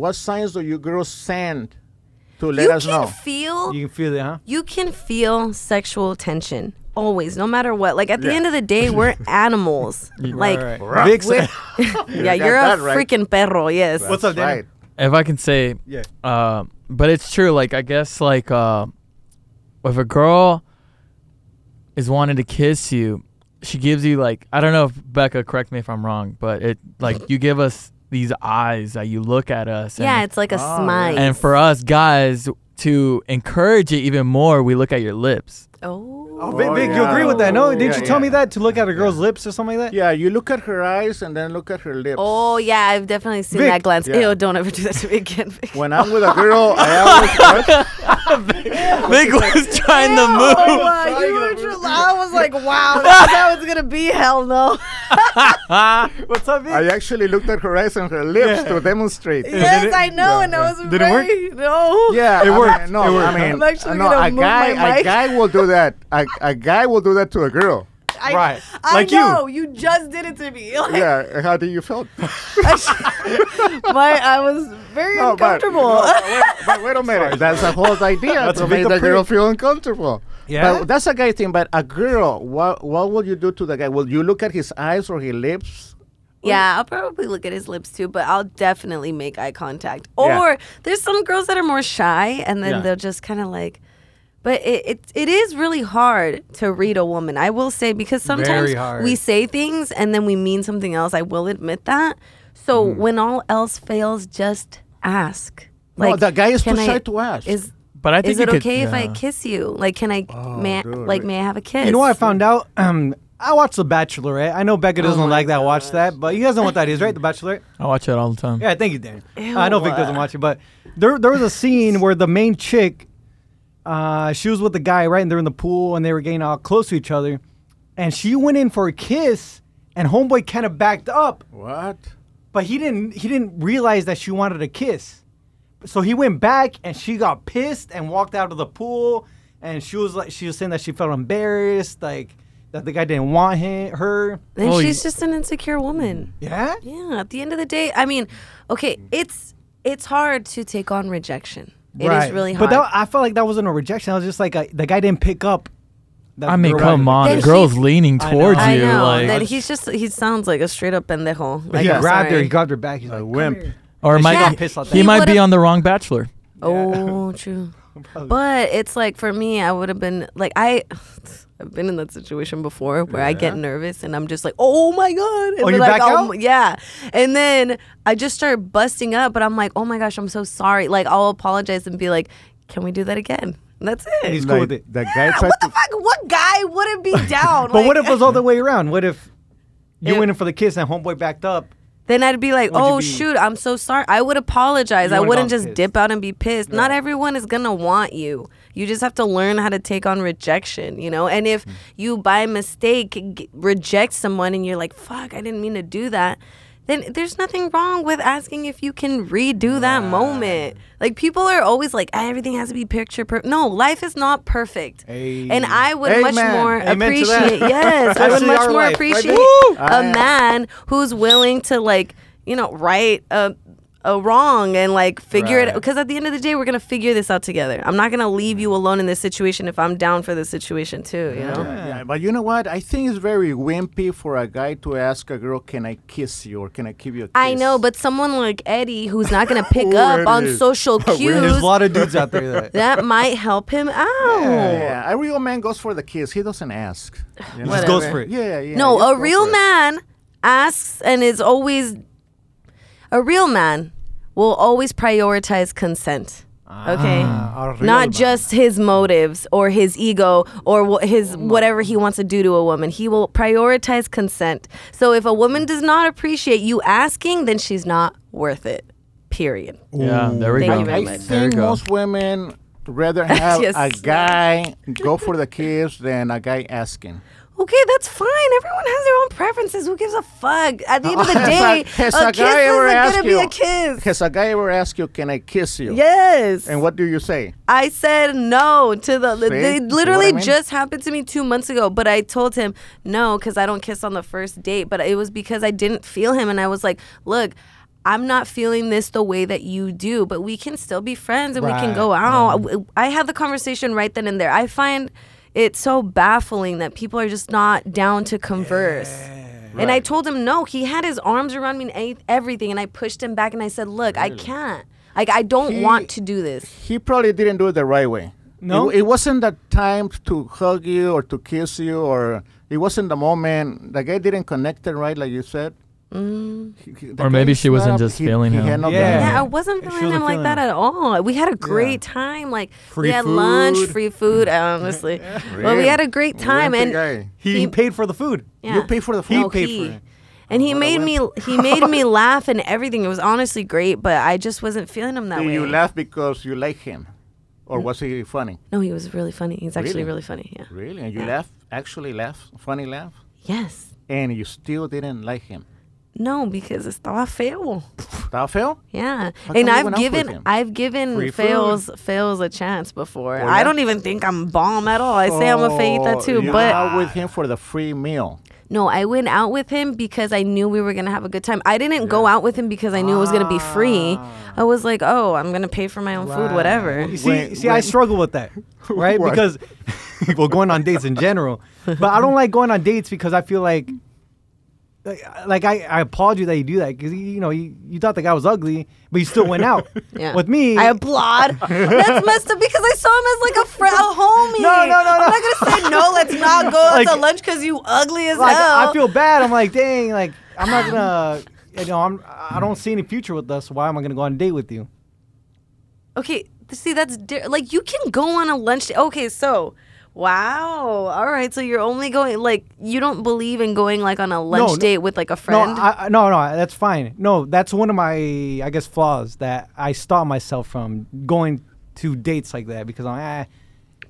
C: what signs do you girls send to let
A: you
C: us
A: can
C: know.
A: feel
B: You can feel it, huh?
A: you can feel sexual tension always, no matter what. Like at the
C: Yeah.
A: end of the day,
C: *laughs*
A: we're animals. like
D: Right, right.
B: Vic said-
A: we're- *laughs* yeah,
C: got
A: you're a
C: that right.
A: freaking perro, yes.
B: What's up, Danny?
C: right?
D: if I can say,
B: Yeah.
D: uh, but it's true. Like I guess, like uh, if a girl is wanting to kiss you, she gives you like I don't know if Becca, correct me if I'm wrong, but it like you give us these eyes that you look at us.
A: Yeah,
D: and,
A: it's like a
C: Oh,
A: smile.
D: and for us guys to encourage it even more, we look at your
B: *laughs*
D: lips.
A: Oh.
B: Oh, Vic,
C: Oh,
B: Vic you
C: yeah.
B: agree with that? No, didn't
C: Yeah,
B: you tell me
C: yeah.
B: that to look at a girl's lips or something like that?
C: Yeah, you look at her eyes and then look at her lips.
A: Oh yeah, I've definitely seen
B: Vic.
A: that glance.
C: Yeah.
A: Ew, don't ever do that to me again. Vic. *laughs*
C: When I'm with a girl, I always
D: Vic was trying to move.
A: wow, oh you were tr- I was like,
C: *laughs*
A: wow, that's how it's gonna be. Hell no.
B: What's up, Vic?
C: I actually looked at her eyes and her lips to demonstrate.
A: *laughs* Yes, I know, and I was
B: Did it work?
A: very- No.
C: Yeah,
B: It
C: I
B: worked.
C: mean, no,
B: It worked.
C: I mean,
A: I'm actually
C: no,
A: gonna
C: a
A: move my
C: guy, a
A: mic.
C: guy will do that. A, a guy will do that to a girl.
A: I,
B: Right.
A: I
B: Like you.
A: know. You. just did it to me. *laughs* Like,
C: Yeah, how do you
A: *laughs*
C: feel?
A: my, I was very
C: No, Oh, but,
A: uncomfortable.
C: no, but wait, but wait a minute. That's the whole idea
B: That's
C: to
B: a big
C: make the girl
B: approach.
C: feel uncomfortable.
B: Yeah?
C: But that's a guy thing. But a girl, what what will you do to the guy? Will you look at his eyes or his lips?
A: Yeah, I'll probably look at his lips too, but I'll definitely make eye contact. Or
C: Yeah.
A: there's some girls that are more shy and then
C: Yeah.
A: they'll just kind of like but it, it it is really hard to read a woman. I will say because sometimes
B: Very hard.
A: we say things and then we mean something else. I will admit that. So when all else fails, just ask.
C: No, that guy is
A: can
C: too
A: I-
C: shy to ask.
A: Is
D: But I think
A: is it
D: you could-
A: okay if I
D: yeah.
A: kiss you? Like, can I? may I,
C: dude.
A: like, may I have a kiss?
B: You know what I found out? Um, I watched The Bachelorette. I know
C: Oh
B: Becca doesn't like that. Watch that, but you guys know what that is, right? The Bachelorette.
D: I watch it all the time.
B: Yeah, thank you, Dan. I know Vic doesn't watch it, but there there was a scene where the main chick, uh, she was with the guy, right? And they're in the pool and they were getting all close to each other, and she went in for a kiss, and homeboy kind of backed up,
C: what?
B: but he didn't he didn't realize that she wanted a kiss, so he went back and she got pissed and walked out of the pool, and she was like she was saying that she felt embarrassed, like that the guy didn't want him, her.
A: Then
D: Oh,
A: she's
D: you-
A: just an insecure woman.
B: Yeah.
A: Yeah. At the end of the day, I mean, okay, it's it's hard to take on rejection. It is really hard.
B: But that, I felt like that wasn't a rejection. I was just like, I, the guy didn't pick up. That
D: I mean,
B: girl.
D: come on,
A: Then
D: the
A: he-
D: girl's leaning
B: I
D: towards
B: know.
A: I
D: you.
A: know.
D: like,
A: that he's just he sounds like a straight up pendejo. Like,
B: He
A: I'm
B: grabbed her.
A: sorry.
B: He grabbed her back. He's like,
C: A
B: "Come
C: wimp.
B: here."
D: or it
B: she
D: might
B: got
D: be-
B: pissed like
D: he
B: that.
D: might be
A: would've-
D: on the wrong bachelor.
A: *laughs*
B: *laughs*
A: Oh, true. But it's like for me, I would have been like I, *sighs* I've been in that situation before where I get nervous and I'm just like, oh my god, and
B: Oh,
A: then,
B: you
A: like,
B: back
A: I'll-
B: out?
A: yeah, and then I just start busting up, but I'm like, oh my gosh, I'm so sorry. Like I'll apologize and be like, can we do that again? And that's it.
B: He's
C: Like,
B: cool with it.
C: That guy
A: Yeah, *laughs*
C: tried
A: what the
C: to.
A: fuck? What guy wouldn't be down?
B: But what
A: Like,
B: if it was all the way around? What if you
A: Yeah.
B: went in for the kiss and homeboy backed up?
A: Then I'd be like,
B: would you
A: oh
B: be?
A: shoot, I'm so sorry. I would apologize.
B: You
A: I
B: would've
A: wouldn't
B: gone
A: just
B: pissed.
A: dip out and be pissed. Not everyone is gonna want you. You just have to learn how to take on rejection, you know? And if
B: Hmm.
A: you by mistake g- reject someone and you're like, fuck, I didn't mean to do that, then there's nothing wrong with asking if you can redo that moment. Like people are always like, "Ah, everything has to be picture perfect. No, life is not perfect.
B: Hey.
A: And I would much
C: Amen.
A: more
B: Amen to that.
A: appreciate,
B: *laughs*
A: yes, I would
B: Actually,
A: much
B: our
A: more
B: life, right
A: appreciate
B: there.
A: a man who's willing to like you know right a, a wrong and like figure it
C: Right.
A: because at the end of the day we're gonna figure this out together i'm not gonna leave you alone in this situation if i'm down for this situation too you know
C: *laughs* Yeah, but you know what? I think it's very wimpy for a guy to ask a girl, "Can I kiss you?" or "Can I give you a kiss?"
A: I know, but someone like Eddie, who's not
C: *laughs*
A: going to pick
C: Ooh,
A: up on
C: Eddie.
A: social
B: There's
A: cues,
B: a lot of dudes out there that.
A: that might help
C: *laughs*
A: him out.
C: Yeah, a real man goes for the kiss. He doesn't ask. you know?
A: Just
B: goes
A: Whatever.
B: for it.
C: Yeah, yeah.
A: no,
C: just
A: a
C: go
A: real
C: for it.
A: man asks and is always a real man will always prioritize consent. Okay.
C: Ah.
B: a real
A: Not
B: man.
A: just his motives or his ego or wha- his
C: Oh
A: whatever he wants to do to a woman. He will prioritize consent. So if a woman does not appreciate you asking, then she's not worth it. Period.
D: Yeah, there we
A: Thank
D: go.
A: you very
C: I
A: much.
D: There we
C: think
D: go.
C: most women
A: *laughs*
C: rather have
A: Yes.
C: a guy go for the kiss than a guy asking.
A: Okay, that's fine. Everyone has their own preferences. Who gives a fuck? At the end of
C: *laughs*
A: the
C: Has
A: day,
C: a- has
A: a
C: a
A: kiss
C: guy ever
A: isn't
C: asked
A: gonna be
C: you-
A: a kiss.
C: Has a guy ever asked you, "Can I kiss you?"
A: Yes.
C: And what do you say?
A: I said no to the.
C: See?
A: They
C: You know
A: literally
C: what I mean?
A: just happened to me two months ago, but I told him no because I don't kiss on the first date. But it was because I didn't feel him, and I was like, look. I'm not feeling this the way that you do, but we can still be friends and we can
B: Right.
A: go out. I I had the conversation right then and there. I find it so baffling that people are just not down to converse. And I told him no. He had his arms around me and ate everything, and I pushed him back and I said, "Look, I can't. Like I don't
C: He-
A: want to do this."
C: He probably didn't do it the right way.
B: No?
C: it, it wasn't the time to hug you or to kiss you, or it wasn't the moment. The guy didn't connect it right, like you said. He- he- the
D: Or
C: guy
D: maybe
C: is
D: she
C: not
D: wasn't
C: a-
D: just
C: he-
D: feeling
C: he
D: him.
C: had no
B: Yeah.
C: guy.
A: Mm. Yeah, I wasn't
B: She
A: feeling
B: wasn't
A: him like
B: feeling
A: that
B: him.
A: at all. We had a great time. Like we
B: Free
A: had lunch,
B: food.
A: free food.
B: *laughs*
A: Honestly, but we
C: Really?
A: had a great time,
C: Wimpy
A: and
C: guy.
B: He,
A: He-
B: he paid for the food.
A: yeah.
C: You pay for the
A: No,
C: food.
B: paid for it.
A: And he made me he made
B: *laughs*
A: me laugh and everything. It was honestly great, but I just wasn't feeling him that
C: Did
A: way.
C: you laugh because you like him, or was he funny?
A: No, he was really funny. He's actually
C: Really?
A: really funny. Yeah.
C: Really? And you laugh, actually laugh, funny laugh,
A: Yes.
C: and you still didn't like him.
A: No, because estaba feo.
C: That feel?
A: Yeah,
C: come
A: and
C: you
A: I've
C: went out with
A: given
C: him?
A: I've given
B: Free
A: fails fails a chance before.
C: Well,
A: I
C: yeah.
A: don't even think I'm bomb at all. I say I'm a feita too,
C: you
A: but
C: Oh, out with him for the free meal.
A: No, I went out with him because I knew we were gonna have a good time. I didn't go out with him because I knew it was gonna be free. I was like, oh, I'm gonna pay for my own food, whatever.
B: You Ah. see,
C: When-
B: see, I
C: when-
B: struggle with
C: *laughs*
B: that, right?
C: What? *laughs*
B: because *laughs* well, going on dates in general, but I don't like going on dates because I feel like like, like I, I applaud you that you do that because you know you, you thought the guy was ugly, but you still went out.
A: *laughs* Yeah.
B: With me,
A: I
B: *laughs*
A: applaud. That's messed up because I saw him as like a friend, a homie.
B: No, no, no,
A: I'm
B: no.
A: not gonna say no. Let's not go out
B: Like-
A: to lunch because you ugly as
B: like
A: hell.
B: I feel bad. I'm like, dang, like I'm
A: *laughs*
B: not gonna, you know, I'm I don't see any future with us. Why am I gonna go on a date with you?
A: okay. th- See, that's di- like you can go on a lunch. date. okay, so wow. All right, so you're only going like you don't believe in going like on a lunch
B: no.
A: date with like a friend.
B: No, I, I- no, no, that's fine. No, that's one of my, I guess, flaws that I stop myself from going to dates like that because I'm, ah,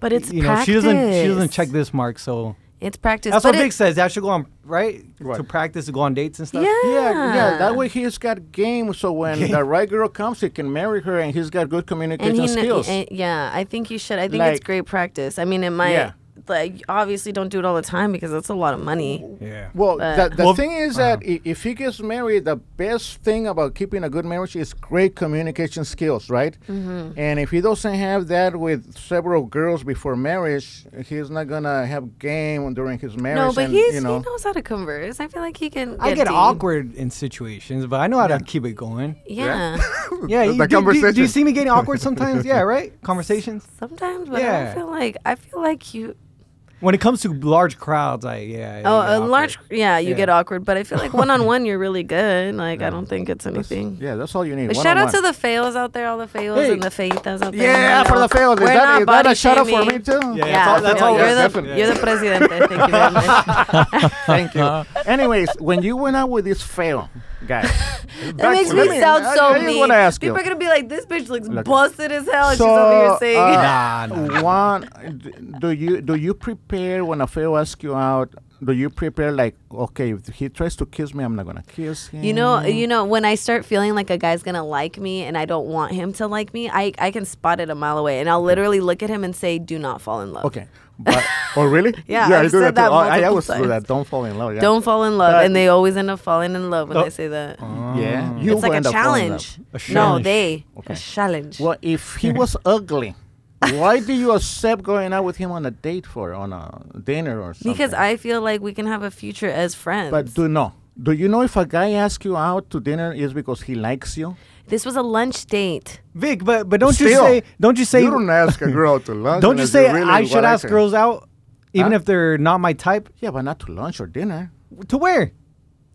A: but it's
B: you know, she doesn't, she doesn't
A: practice.
B: check this mark. So
A: It's practice.
B: that's
A: but
B: what
A: it-
B: Big says. I should go on, right?
C: Right.
B: To practice to go on dates and stuff.
C: Yeah, yeah.
A: Yeah.
C: That way he's got game, so *laughs* when the right girl comes, he can marry her, and he's got good communication
A: and he, kn-
C: skills.
A: and- yeah, I think you should. I think it's
C: Like-
A: great practice. I mean, it might
C: Yeah.
A: like obviously don't do it all the time because that's a lot of money.
B: Yeah.
C: well, the, the
B: Well, uh-huh.
C: thing is that i if he gets married, the best thing about keeping a good marriage is great communication skills, right?
A: Mm-hmm.
C: And if he doesn't have that with several girls before marriage, he's not gonna have game during his marriage.
A: No, but
C: and,
A: he's,
C: you know,
A: he knows how to converse. I feel like he can.
B: I get
A: deep.
B: awkward in situations, but I know how to keep it going.
A: Yeah, *laughs*
B: Yeah, you,
E: The
B: do- do- Do, you
E: conversation.
B: see me getting awkward sometimes? yeah, right. Conversations.
A: sometimes, but I
B: Yeah.
A: don't feel like I feel like you.
B: When it comes to large crowds, I yeah. I
A: Oh,
B: get
A: a
B: awkward.
A: large. Yeah, you
B: Yeah.
A: get awkward, but I feel *laughs* like one on one you're really good. Like I don't think it's anything.
C: yeah, that's all you need.
A: But shout out
C: one-on-one.
A: to the fails out there, all the fails
B: Hey.
A: and the feitas out there.
C: yeah
A: you
C: for
A: know.
C: the fails. Is
A: We're
C: that,
A: not
C: is that
A: body
C: a shout out for me
A: shaming.
C: too?
B: Yeah.
A: Yeah,
B: that's all- that's
A: no,
B: all-
A: you're,
B: that's
A: the,
B: definitely-
A: you're
C: *laughs*
A: the president. Thank you very much.
C: Thank you. Anyways, when you went out with this fail guy,
A: *laughs* That makes
C: to
A: me
C: me.
A: sound
C: I-
A: so
C: I just
A: mean.
C: wanna ask
A: People
C: you.
A: are gonna be like, "This bitch looks busted as hell," and
C: so
A: she's over here saying,
C: uh, one, d- do you do you prepare when a fail asks you out? Do you prepare like okay, if he tries to kiss me, I'm not gonna kiss him.
A: *laughs* "You know, you know." When I start feeling like a guy's gonna like me, and I don't want him to like me, I I can spot it a mile away, and I'll literally look at him and say, "Do not fall in love."
C: Okay, but oh really?
A: *laughs* Yeah,
C: I
A: I've
C: do
A: said that
C: too. Oh, I
A: multiple
C: always
A: times.
C: do that. Don't fall in love. Yeah.
A: Don't fall in love,
C: But-
A: and they always end up falling in love when
B: Oh.
A: I say that.
C: Yeah, Mm. you
A: It's
C: will
A: like
C: end
A: a
C: up falling in
A: challenge. No,
B: A challenge.
A: they
C: Okay.
A: a challenge.
C: love. Well, if
A: *laughs*
C: he was ugly, why do you accept going out with him on a date for on a dinner or something?
A: Because I feel like we can have a future as friends.
C: But do no. Do you know if a guy asks you out to dinner is because he likes you?
A: this was a lunch date.
B: Vic, but but don't you
E: Still,
B: say don't you say
E: you don't ask
C: *laughs*
E: a girl to lunch.
B: Don't you
E: unless
B: say
E: really
B: I should
E: wanna
B: ask
E: her.
B: girls out, even
C: Huh?
B: if they're not my type?
C: Yeah, but not to lunch or dinner.
B: To where?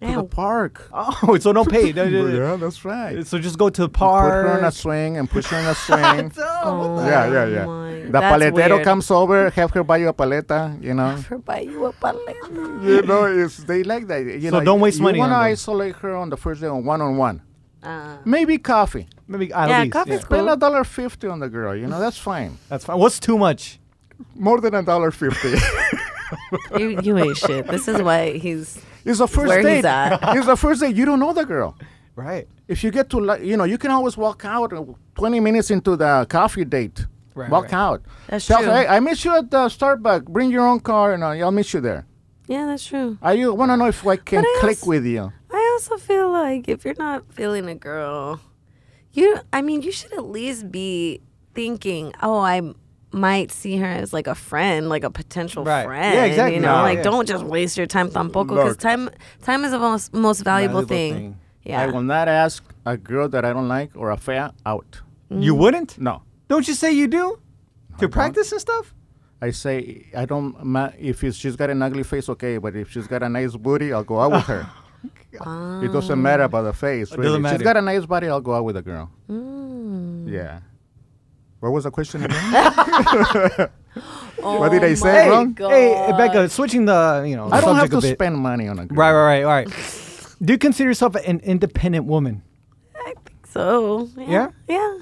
C: To the
A: Ow.
C: park.
B: Oh, *laughs* so don't
C: *laughs*
B: pay. No, no, no.
E: Yeah, that's right.
B: So just go to the
C: Put her
B: park.
C: on a swing and push her *laughs* on a swing.
B: Oh,
A: Oh
E: Yeah, yeah, yeah.
A: my-
C: the
A: that's
C: paletero
A: weird.
C: comes over, have her buy you a paleta, you know. *laughs*
A: Her buy you a paleta.
E: You know, it's
C: They like that. You
B: So
C: know,
B: don't waste
C: you
B: money
C: You want to
B: on them.
C: isolate her on the first day on one on one.
A: Uh,
C: Maybe coffee.
B: Maybe at
A: Yeah,
B: least,
A: coffee's
B: yeah.
A: Cool.
C: Spend a dollar fifty on the girl, you know, that's fine.
B: That's fine. What's too much?
E: more than a dollar
C: *laughs*
E: fifty.
A: you, you ain't shit. This is why he's.
C: It's the first
A: Where he's
C: date.
A: at.
C: it's the first date. You don't know the girl.
B: Right.
C: if you get to like you know you can always walk out uh, 20 minutes into the coffee date
B: Right,
C: walk
B: right.
C: out
A: That's
C: Tell
A: true.
C: her, hey, i miss you at the starbucks bring your own car and uh, i'll meet you there
A: Yeah, that's true.
C: i want to know if i can
A: But I
C: click
A: also-
C: with you
A: I also feel like if you're not feeling a girl, you. I mean, you should at least be thinking, oh, I m- might see her as like a friend, like a potential
B: Right.
A: friend.
B: Yeah, exactly.
A: You know,
B: No,
A: like
B: yeah.
A: don't just waste your time tampoco, because
E: Look.
A: time time is the most most valuable,
B: Valuable
A: thing.
B: thing.
C: i
A: Yeah.
C: will not ask a girl that i don't like or a fair out
A: Mm.
B: You wouldn't?
C: no
B: Don't you say you do? To practice and stuff?
C: i say i don't ma- if it's, she's got an ugly face okay but if she's got a nice booty i'll go out with her
A: Ah.
C: it
A: Oh.
C: doesn't matter about the face
B: doesn't
C: really. If
B: matter.
C: she's got a nice body i'll go out with a girl
A: Hmm.
C: yeah
E: what was the question again? what did
A: Oh
E: I say
B: Hey,
E: wrong?
B: hey, Becca, switching the you know
C: i don't have
B: subject
C: to
B: a bit.
C: spend money on a girl
B: Right, right, right, all right. do you consider yourself an independent woman?
A: So
B: Yeah?
A: yeah, yeah.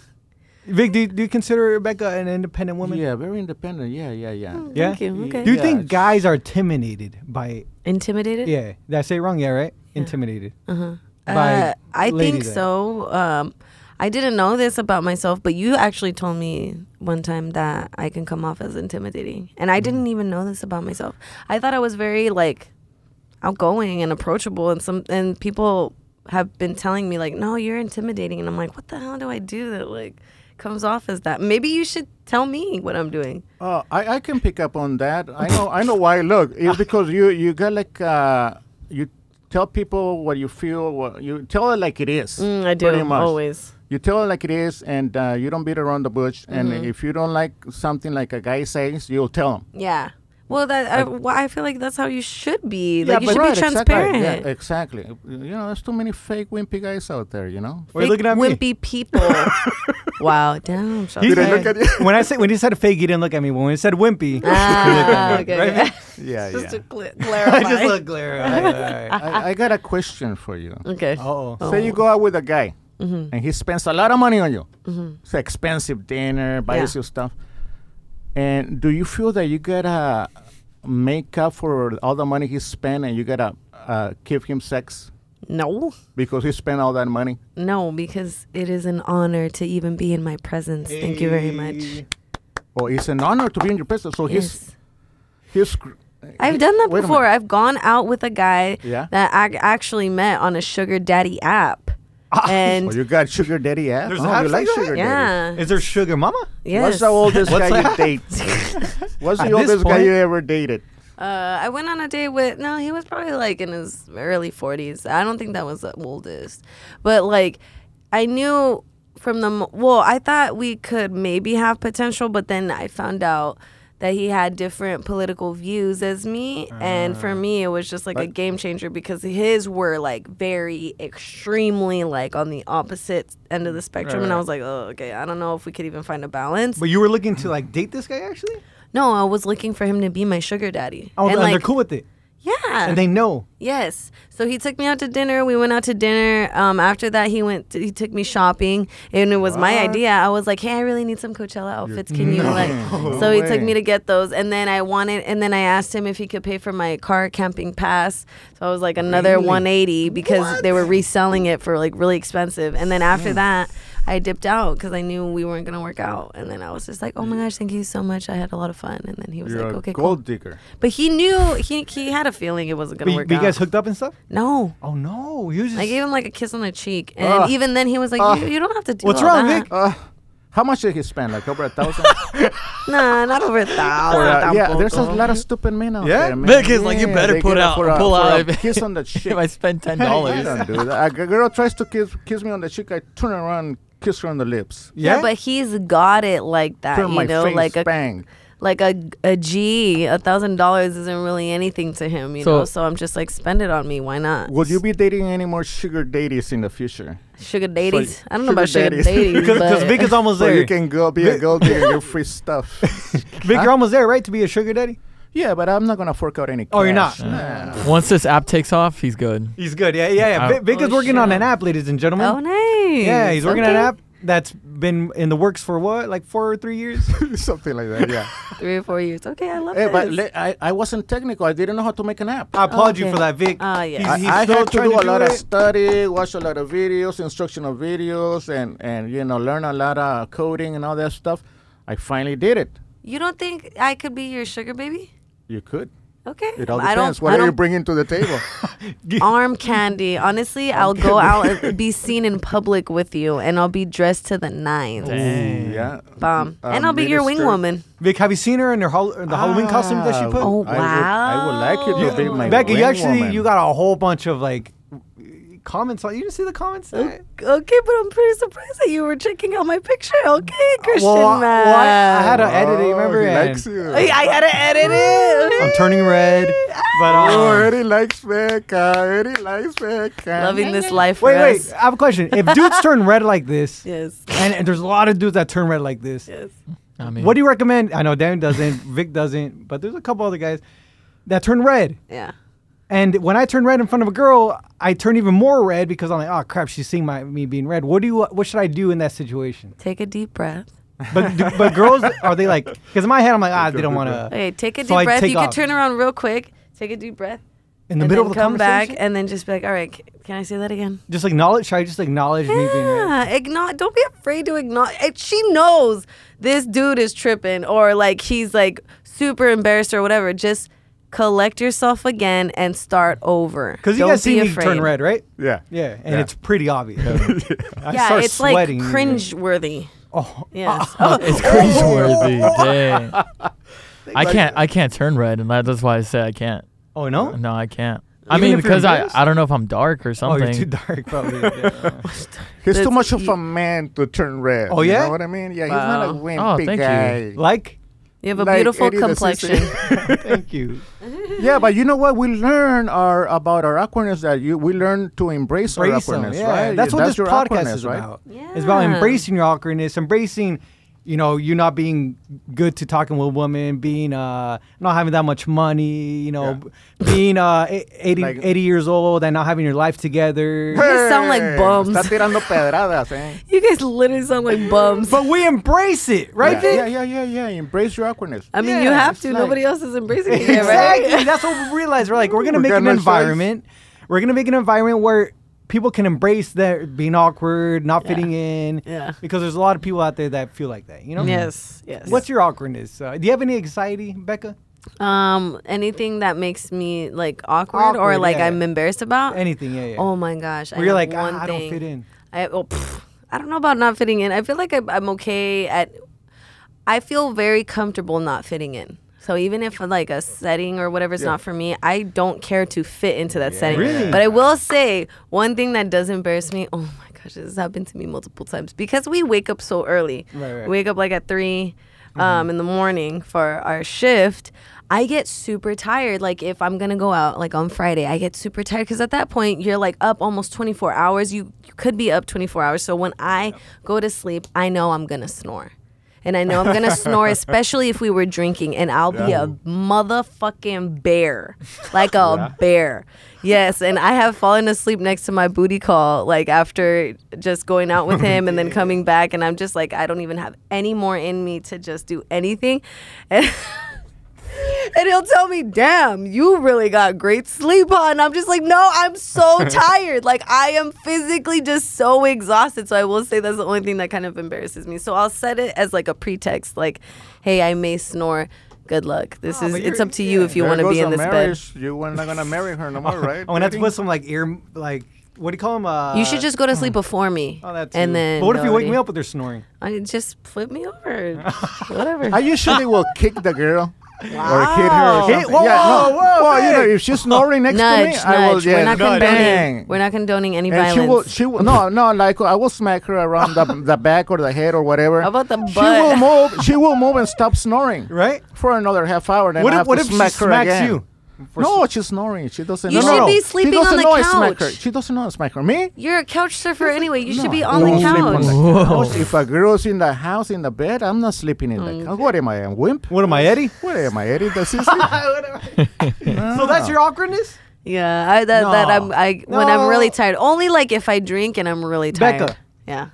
B: Vic, do you, do you consider Becca an independent woman?
C: Yeah, very independent. Yeah, yeah, yeah.
B: Yeah?
A: Thank you. Okay.
B: Do you
C: Yeah,
B: think
C: it's-
B: guys are intimidated by
A: Intimidated?
B: Yeah, did I say it wrong? Yeah, right. Intimidated. Uh-huh.
A: Uh, I think so. Um, I didn't know this about myself, but you actually told me one time that I can come off as intimidating, and I didn't
B: Mm.
A: even know this about myself. I thought I was very like outgoing and approachable, and some and people have been telling me like, "No, you're intimidating," and I'm like, "What the hell do I do that like comes off as that?" Maybe you should tell me what I'm doing.
C: Uh, I, I can *laughs* pick up on that. I know I know why. Look, it's because you you got like uh, you tell people what you feel. What you tell it like it is.
A: Mm, I do
C: pretty much.
A: always.
C: You tell it like it is, and uh, you don't beat around the bush.
A: Mm-hmm.
C: And if you don't like something like a guy says, you'll tell him.
A: Yeah. Well, that I, well, I feel like that's how you should be.
C: yeah,
A: Like you
C: but
A: should
C: right,
A: be
C: exactly.
A: transparent.
C: Yeah, exactly. You know, there's too many fake wimpy guys out there. You know.
B: Why are you
A: Big
B: looking at me?
A: wimpy
B: *laughs*
A: people. wow, damn. shots
B: He
A: fired.
B: didn't look at *laughs* when I said when he said fake, he didn't look at me. When he said wimpy, *laughs* he looked
A: Ah,
B: at me,
A: okay. okay.
B: right?
C: *laughs* Yeah,
A: *laughs* Just to cl-
B: *laughs* I
A: clarify.
B: just look
A: *laughs*
B: clear. All right.
C: I, I got a question for you.
A: okay.
B: Oh,
C: Say you go out with a guy
A: Mm-hmm.
C: and he spends a lot of money on you. It's expensive dinner, buys
A: Yeah.
C: you stuff. And do you feel that you gotta make up for all the money he spent and you gotta uh, give him sex
A: No,
C: because he spent all that money?
A: no, because it is an honor to even be in my presence. Thank you very much.
C: Or it's an honor to be in your presence. So
A: Yes.
C: he's he's. cr-
A: I've done that
C: Wait a
A: before.
C: minute.
A: I've gone out with a guy
C: Yeah?
A: that I actually met on a sugar daddy app.
B: Ah.
C: Oh,
A: and
C: you got sugar daddy ass.
B: There's
C: Oh,
B: apps
C: you like
B: like that?
C: sugar daddy.
A: yeah.
B: is there sugar mama?
A: Yes.
C: What's the oldest
B: What's
C: guy
B: that?
C: you date?
B: *laughs*
C: What's
B: At
C: the
B: this
C: oldest guy
B: point-
C: you ever dated?
A: Uh, I went on a date with no, he was probably like in his early 40s. I don't think that was the oldest, but like I knew from the mo- well, I thought we could maybe have potential, but then I found out that he had different political views as me, and
B: Ah.
A: for me it was just like a game changer because his were like very extremely like on the opposite end of the spectrum, and I was like, oh okay, I don't know if we could even find a balance.
B: But you were looking to like date this guy actually?
A: no, I was looking for him to be my sugar daddy.
B: Oh, and,
A: like,
B: they're cool with it,
A: Yeah,
B: and they know.
A: Yes. So he took me out to dinner. We went out to dinner. Um, after that, he went. he took me shopping, and it was my idea. I was like, "Hey, I really need some Coachella outfits. Can you
B: *laughs*
A: like?" So he took
C: way.
A: me to get those, and then I wanted, and then I asked him if he could pay for my car camping pass. So I was like another 180 because they were reselling it for like really expensive. And then after that, I dipped out because I knew we weren't gonna work out. And then I was just like, "Oh my gosh, thank you so much. I had a lot of fun." And then he was
C: You're
A: like,
C: a
A: "Okay,
C: gold
A: cool."
C: digger.
A: But he knew he he had a feeling it wasn't
B: But
A: gonna
B: you,
A: work
B: but you
A: out.
B: guys hooked up and stuff?
A: No.
B: Oh no, you just
A: I gave him like a kiss on the cheek, and
C: Ugh.
A: even then he was like, you, "You don't have to do
B: What's
A: all
B: wrong,
A: that."
B: Vic?
C: Uh, how much did he spend? Like over a thousand?
A: *laughs* Nah, not over a
C: Or,
A: thousand.
C: uh, yeah, there's a
A: tampoco.
C: lot of stupid men out
B: Yeah?
C: there. Man.
D: *laughs* Vic is like, you better
C: they
D: put
C: get
D: out-
C: for a-
D: pull
C: for
D: out.
C: a kiss
D: *laughs*
C: on the cheek.
D: if I
B: *laughs*
D: spend ten
C: I
D: dollars,
C: don't do that. A girl tries to kiss kiss me on the cheek. I turn around, and kiss her on the lips.
A: Yeah, but he's got it like that,
C: Turn my
A: you know,
C: face,
A: like a
C: bang.
A: like a a G, a thousand dollars isn't really anything to him, you
D: So-
A: know. So I'm just like, spend it on me, why not?
C: Will you be dating any more sugar daddies in the future?
A: sugar daddies?
C: So,
A: I don't know about
C: sugar
A: sugar
C: daddies.
A: daddies,
B: *laughs*
C: *laughs*
B: because
A: but
B: Vic is almost
C: So
B: there.
C: you can go be a gold digger.
D: *laughs*
C: You're free stuff.
B: Vic, you're almost there, right? To be a sugar daddy?
C: yeah, but I'm not gonna fork out any. Cash.
B: Oh, you're not.
C: Nah, nah.
D: once this app takes off, he's good.
B: He's good. Yeah, yeah, yeah.
D: I-
B: Vic, Vic
A: Oh,
B: is working
A: shit.
B: on an app, ladies and gentlemen.
A: oh nice.
B: Yeah, he's working
A: okay.
B: on an app that's been in the works for what, like four or three years?
C: *laughs* Something like that.
D: *laughs*
C: Yeah.
A: three or four years. Okay, I love
C: hey,
A: this.
C: but le- I I wasn't technical. I didn't know how to make an app.
B: I applaud you
A: Okay.
B: for that, Vic.
A: Ah, yeah.
B: He's-
C: I,
B: he's
C: I
B: still
C: had to
B: trying
C: do a lot of
B: it.
C: study, watch a lot of videos, instructional videos, and and you know learn a lot of coding and all that stuff. I finally did it.
A: you don't think I could be your sugar baby?
C: You could.
A: Okay,
C: It all
A: I don't.
C: depends.
A: I
C: What are
A: don't
C: you bringing to the
A: *laughs*
C: table?
A: arm candy. Honestly, I'll go out and be seen in public with you, and I'll be dressed to the nines.
C: yeah.
A: Bomb.
B: Um,
C: Uh,
A: and I'll be your wing woman.
C: minister.
B: Vic, have you seen her in her hol- in the Halloween costume that she
C: Ah,
B: put?
A: Oh,
C: I would- I would, like you to be
A: wow.
C: my
B: Becky, you
C: wing
B: actually
C: woman.
B: you got a whole bunch of like comments on. You didn't see the comments. there?
A: Okay, but I'm pretty surprised that you were checking out my picture. Okay, Christian
B: Uh, Well, I-
A: man.
B: well, I- I had to edit it.
C: Oh,
B: Remember?
C: he
B: and-
C: likes you.
A: I, I gotta edit it.
B: I'm turning red, but
C: Oh,
B: uh,
C: Eddie likes Becca. Eddie likes Becca.
A: Loving this life. For
B: wait,
A: us.
B: wait. I have a question. If dudes turn red
A: *laughs*
B: like this,
A: Yes.
B: and, and there's a lot of dudes that turn red like this,
A: Yes.
D: I mean,
B: what do you recommend? I know Dan doesn't, Vic doesn't, but there's a couple other guys that turn red.
A: Yeah.
B: And when I turn red in front of a girl, I turn even more red because I'm like, oh crap, she's seeing my me being red. What do you? What should I do in that situation?
A: Take a deep breath.
B: But do- but girls are they like? Because in my head I'm like, ah, they don't want
A: *laughs*
B: to.
A: Okay, take a deep
B: So I
A: breath.
B: take
A: You can
B: off.
A: turn around real quick. Take a deep breath.
B: In the
A: and
B: middle
A: then
B: of the
A: come back
B: conversation,
A: and then just be like, all right, c- can I say that again?
B: just acknowledge. Should I just acknowledge me being red?
A: Yeah, igno- don't be afraid to acknowledge. It, she knows this dude is tripping or like he's like super embarrassed or whatever. Just collect yourself again and start over.
B: Because you
A: Don't
B: guys see
A: be
B: me
A: afraid.
B: turn red, right?
C: Yeah.
B: *laughs* Yeah, and
C: Yeah.
B: it's pretty obvious. I
A: Yeah,
B: start
A: it's
B: sweating.
A: like cringe-worthy.
B: *laughs* Oh,
A: Yes.
D: *laughs* It's
B: *laughs*
D: cringeworthy. Dang. I can't. I can't turn red, and that- that's why I say I can't.
B: oh no.
D: No, I can't. I
B: Even
D: mean,
B: if you're
D: because I,
B: engaged?
D: I don't know if I'm dark or
B: Oh,
D: something.
B: you're too dark,
C: *laughs*
B: probably. yeah.
C: He's too
A: That's-
C: much of
A: you-
C: a man to turn red.
B: Oh,
C: You
B: yeah?
C: know what I mean? Yeah, he's not a
A: e Wow.
C: wimpy
D: Oh, thank you.
C: guy.
B: like, *laughs*
A: You have a
C: Like
A: beautiful
C: Eddie the
A: complexion. *laughs*
C: Sissy.
B: thank you.
C: *laughs* yeah, but you know what? We learn our about our awkwardness that you we learn to embrace, our
B: Embrace 'em,
C: awkwardness,
B: yeah.
C: right?
B: That's what
C: your
B: this podcast
C: awkwardness,
B: is
C: right?
B: about. *laughs* It's about
A: Yeah.
B: embracing your awkwardness, embracing, you know, you not being good to talking with women, being uh not having that much money, you know, being uh e- 80,
C: Like-
B: 80 years old and not having your life together.
A: guys sound like
C: Hey,
A: bums.
C: Está tirando
A: *laughs*
C: pedradas, eh?
A: You guys literally sound like bums.
B: but we embrace it, right?
C: yeah,
B: Vic?
C: yeah, yeah, yeah, yeah. Embrace your awkwardness.
A: I mean, you
B: Yeah,
A: have
B: it's
A: to.
B: like-
A: Nobody else is embracing it, right?
B: Exactly. That's what we realized. We're like, we're gonna
C: We
B: make an
C: got no choice.
B: environment. We're gonna make an environment where people can embrace their being awkward, not fitting in.
A: Yeah.
B: Because there's a lot of people out there that feel like that. You know.
A: *laughs* Yes. Yes.
B: What's your awkwardness? Uh, do you have any anxiety, Becca?
A: um anything that makes me like awkward, or
B: Awkward,
A: like
B: yeah.
A: I'm embarrassed about?
B: Anything? Yeah. yeah.
A: Oh my gosh! I
B: Where you're
A: have
B: like,
A: one
B: ah, I don't
A: thing.
B: fit in.
A: I oh, pff, I don't know about not fitting in. I feel like I, I'm okay at. I feel very comfortable not fitting in. So even if like a setting or whatever's not for me, I don't care to fit into that setting.
B: Really?
A: But I will say one thing that does embarrass me. Oh my gosh, this has happened to me multiple times because we wake up so early.
B: Right, right.
A: We wake up like at 3 um, in the morning for our shift. I get super tired. Like if I'm gonna go out like on Friday, I get super tired because at that point you're like up almost 24 hours. You, you could be up 24 hours. So when I go to sleep, I know I'm gonna snore. And I know I'm gonna snore, especially if we were drinking, and I'll be a motherfucking bear, like a bear. Yes, and I have fallen asleep next to my booty call, like after just going out with him and then coming back, and I'm just like, I don't even have any more in me to just do anything. *laughs* And, and he'll tell me, damn, you really got great sleep, huh? And I'm just like, no, I'm
B: *laughs*
A: so tired. Like, I am physically just so exhausted. So I will say that's the only thing that kind of embarrasses me. So I'll set it as like a pretext, like, hey, I may snore. Good luck. This
B: Oh,
A: is,
B: but
A: it's
B: you're-
A: up to you
B: yeah.
A: if you
C: There
A: want to
C: goes
A: be in
C: a
A: this bed.
C: marriage. You were not gonna marry her *laughs* no more, right?
B: I'm gonna have to
C: Wedding?
B: put some like ear, like what do you call them? Uh,
A: You should just go to
C: Hmm.
A: sleep before me.
B: Oh, that's
A: and then.
B: But what if you wake
A: nobody-
B: me up with their snoring?
A: I just flip me over.
C: *laughs*
A: Whatever.
C: I usually will kick the girl or
A: Wow.
C: hit her. Or
A: Hit-
C: something.
B: whoa,
C: yeah, no.
B: whoa, whoa,
C: Well, you know,
B: Vic.
C: if she's snoring next to me,
A: nudge,
C: I will.
A: nudge.
C: Yeah,
A: We're not
C: nudge.
A: condoning.
C: Bang.
A: We're not condoning any
C: And
A: violence.
C: she will, she will,
A: *laughs*
C: no, no, like I will smack her around the, the back or the head or whatever.
A: How about the
C: She will
A: butt?
C: move.
A: *laughs*
C: She will move and stop snoring
B: Right?
C: for another half hour. Then
B: what
C: I
B: if
C: have
B: what
C: to
B: if
C: smack
B: she
C: her
B: smacks
C: again.
B: you? For
C: No, she's snoring. She doesn't.
A: You
C: know.
B: should
C: no,
B: be
C: no.
A: sleeping
C: she doesn't
A: on the
C: know I smack her.
A: couch.
C: She doesn't know I smack her. Me?
A: You're a couch surfer anyway. You should be on
C: No, I
A: the
C: don't sleep
A: couch.
C: on the couch. If a girl's in the house in the bed, I'm not sleeping in
A: Mm.
C: the couch. What am I, a wimp?
B: What am I, Eddie?
C: What am I, Eddie the sister?
B: So that's your awkwardness,
A: Yeah, I, that, that I'm
B: No.
A: I when I'm really
B: No.
A: tired. Only like if I drink and I'm really tired.
B: Becca.
A: Yeah.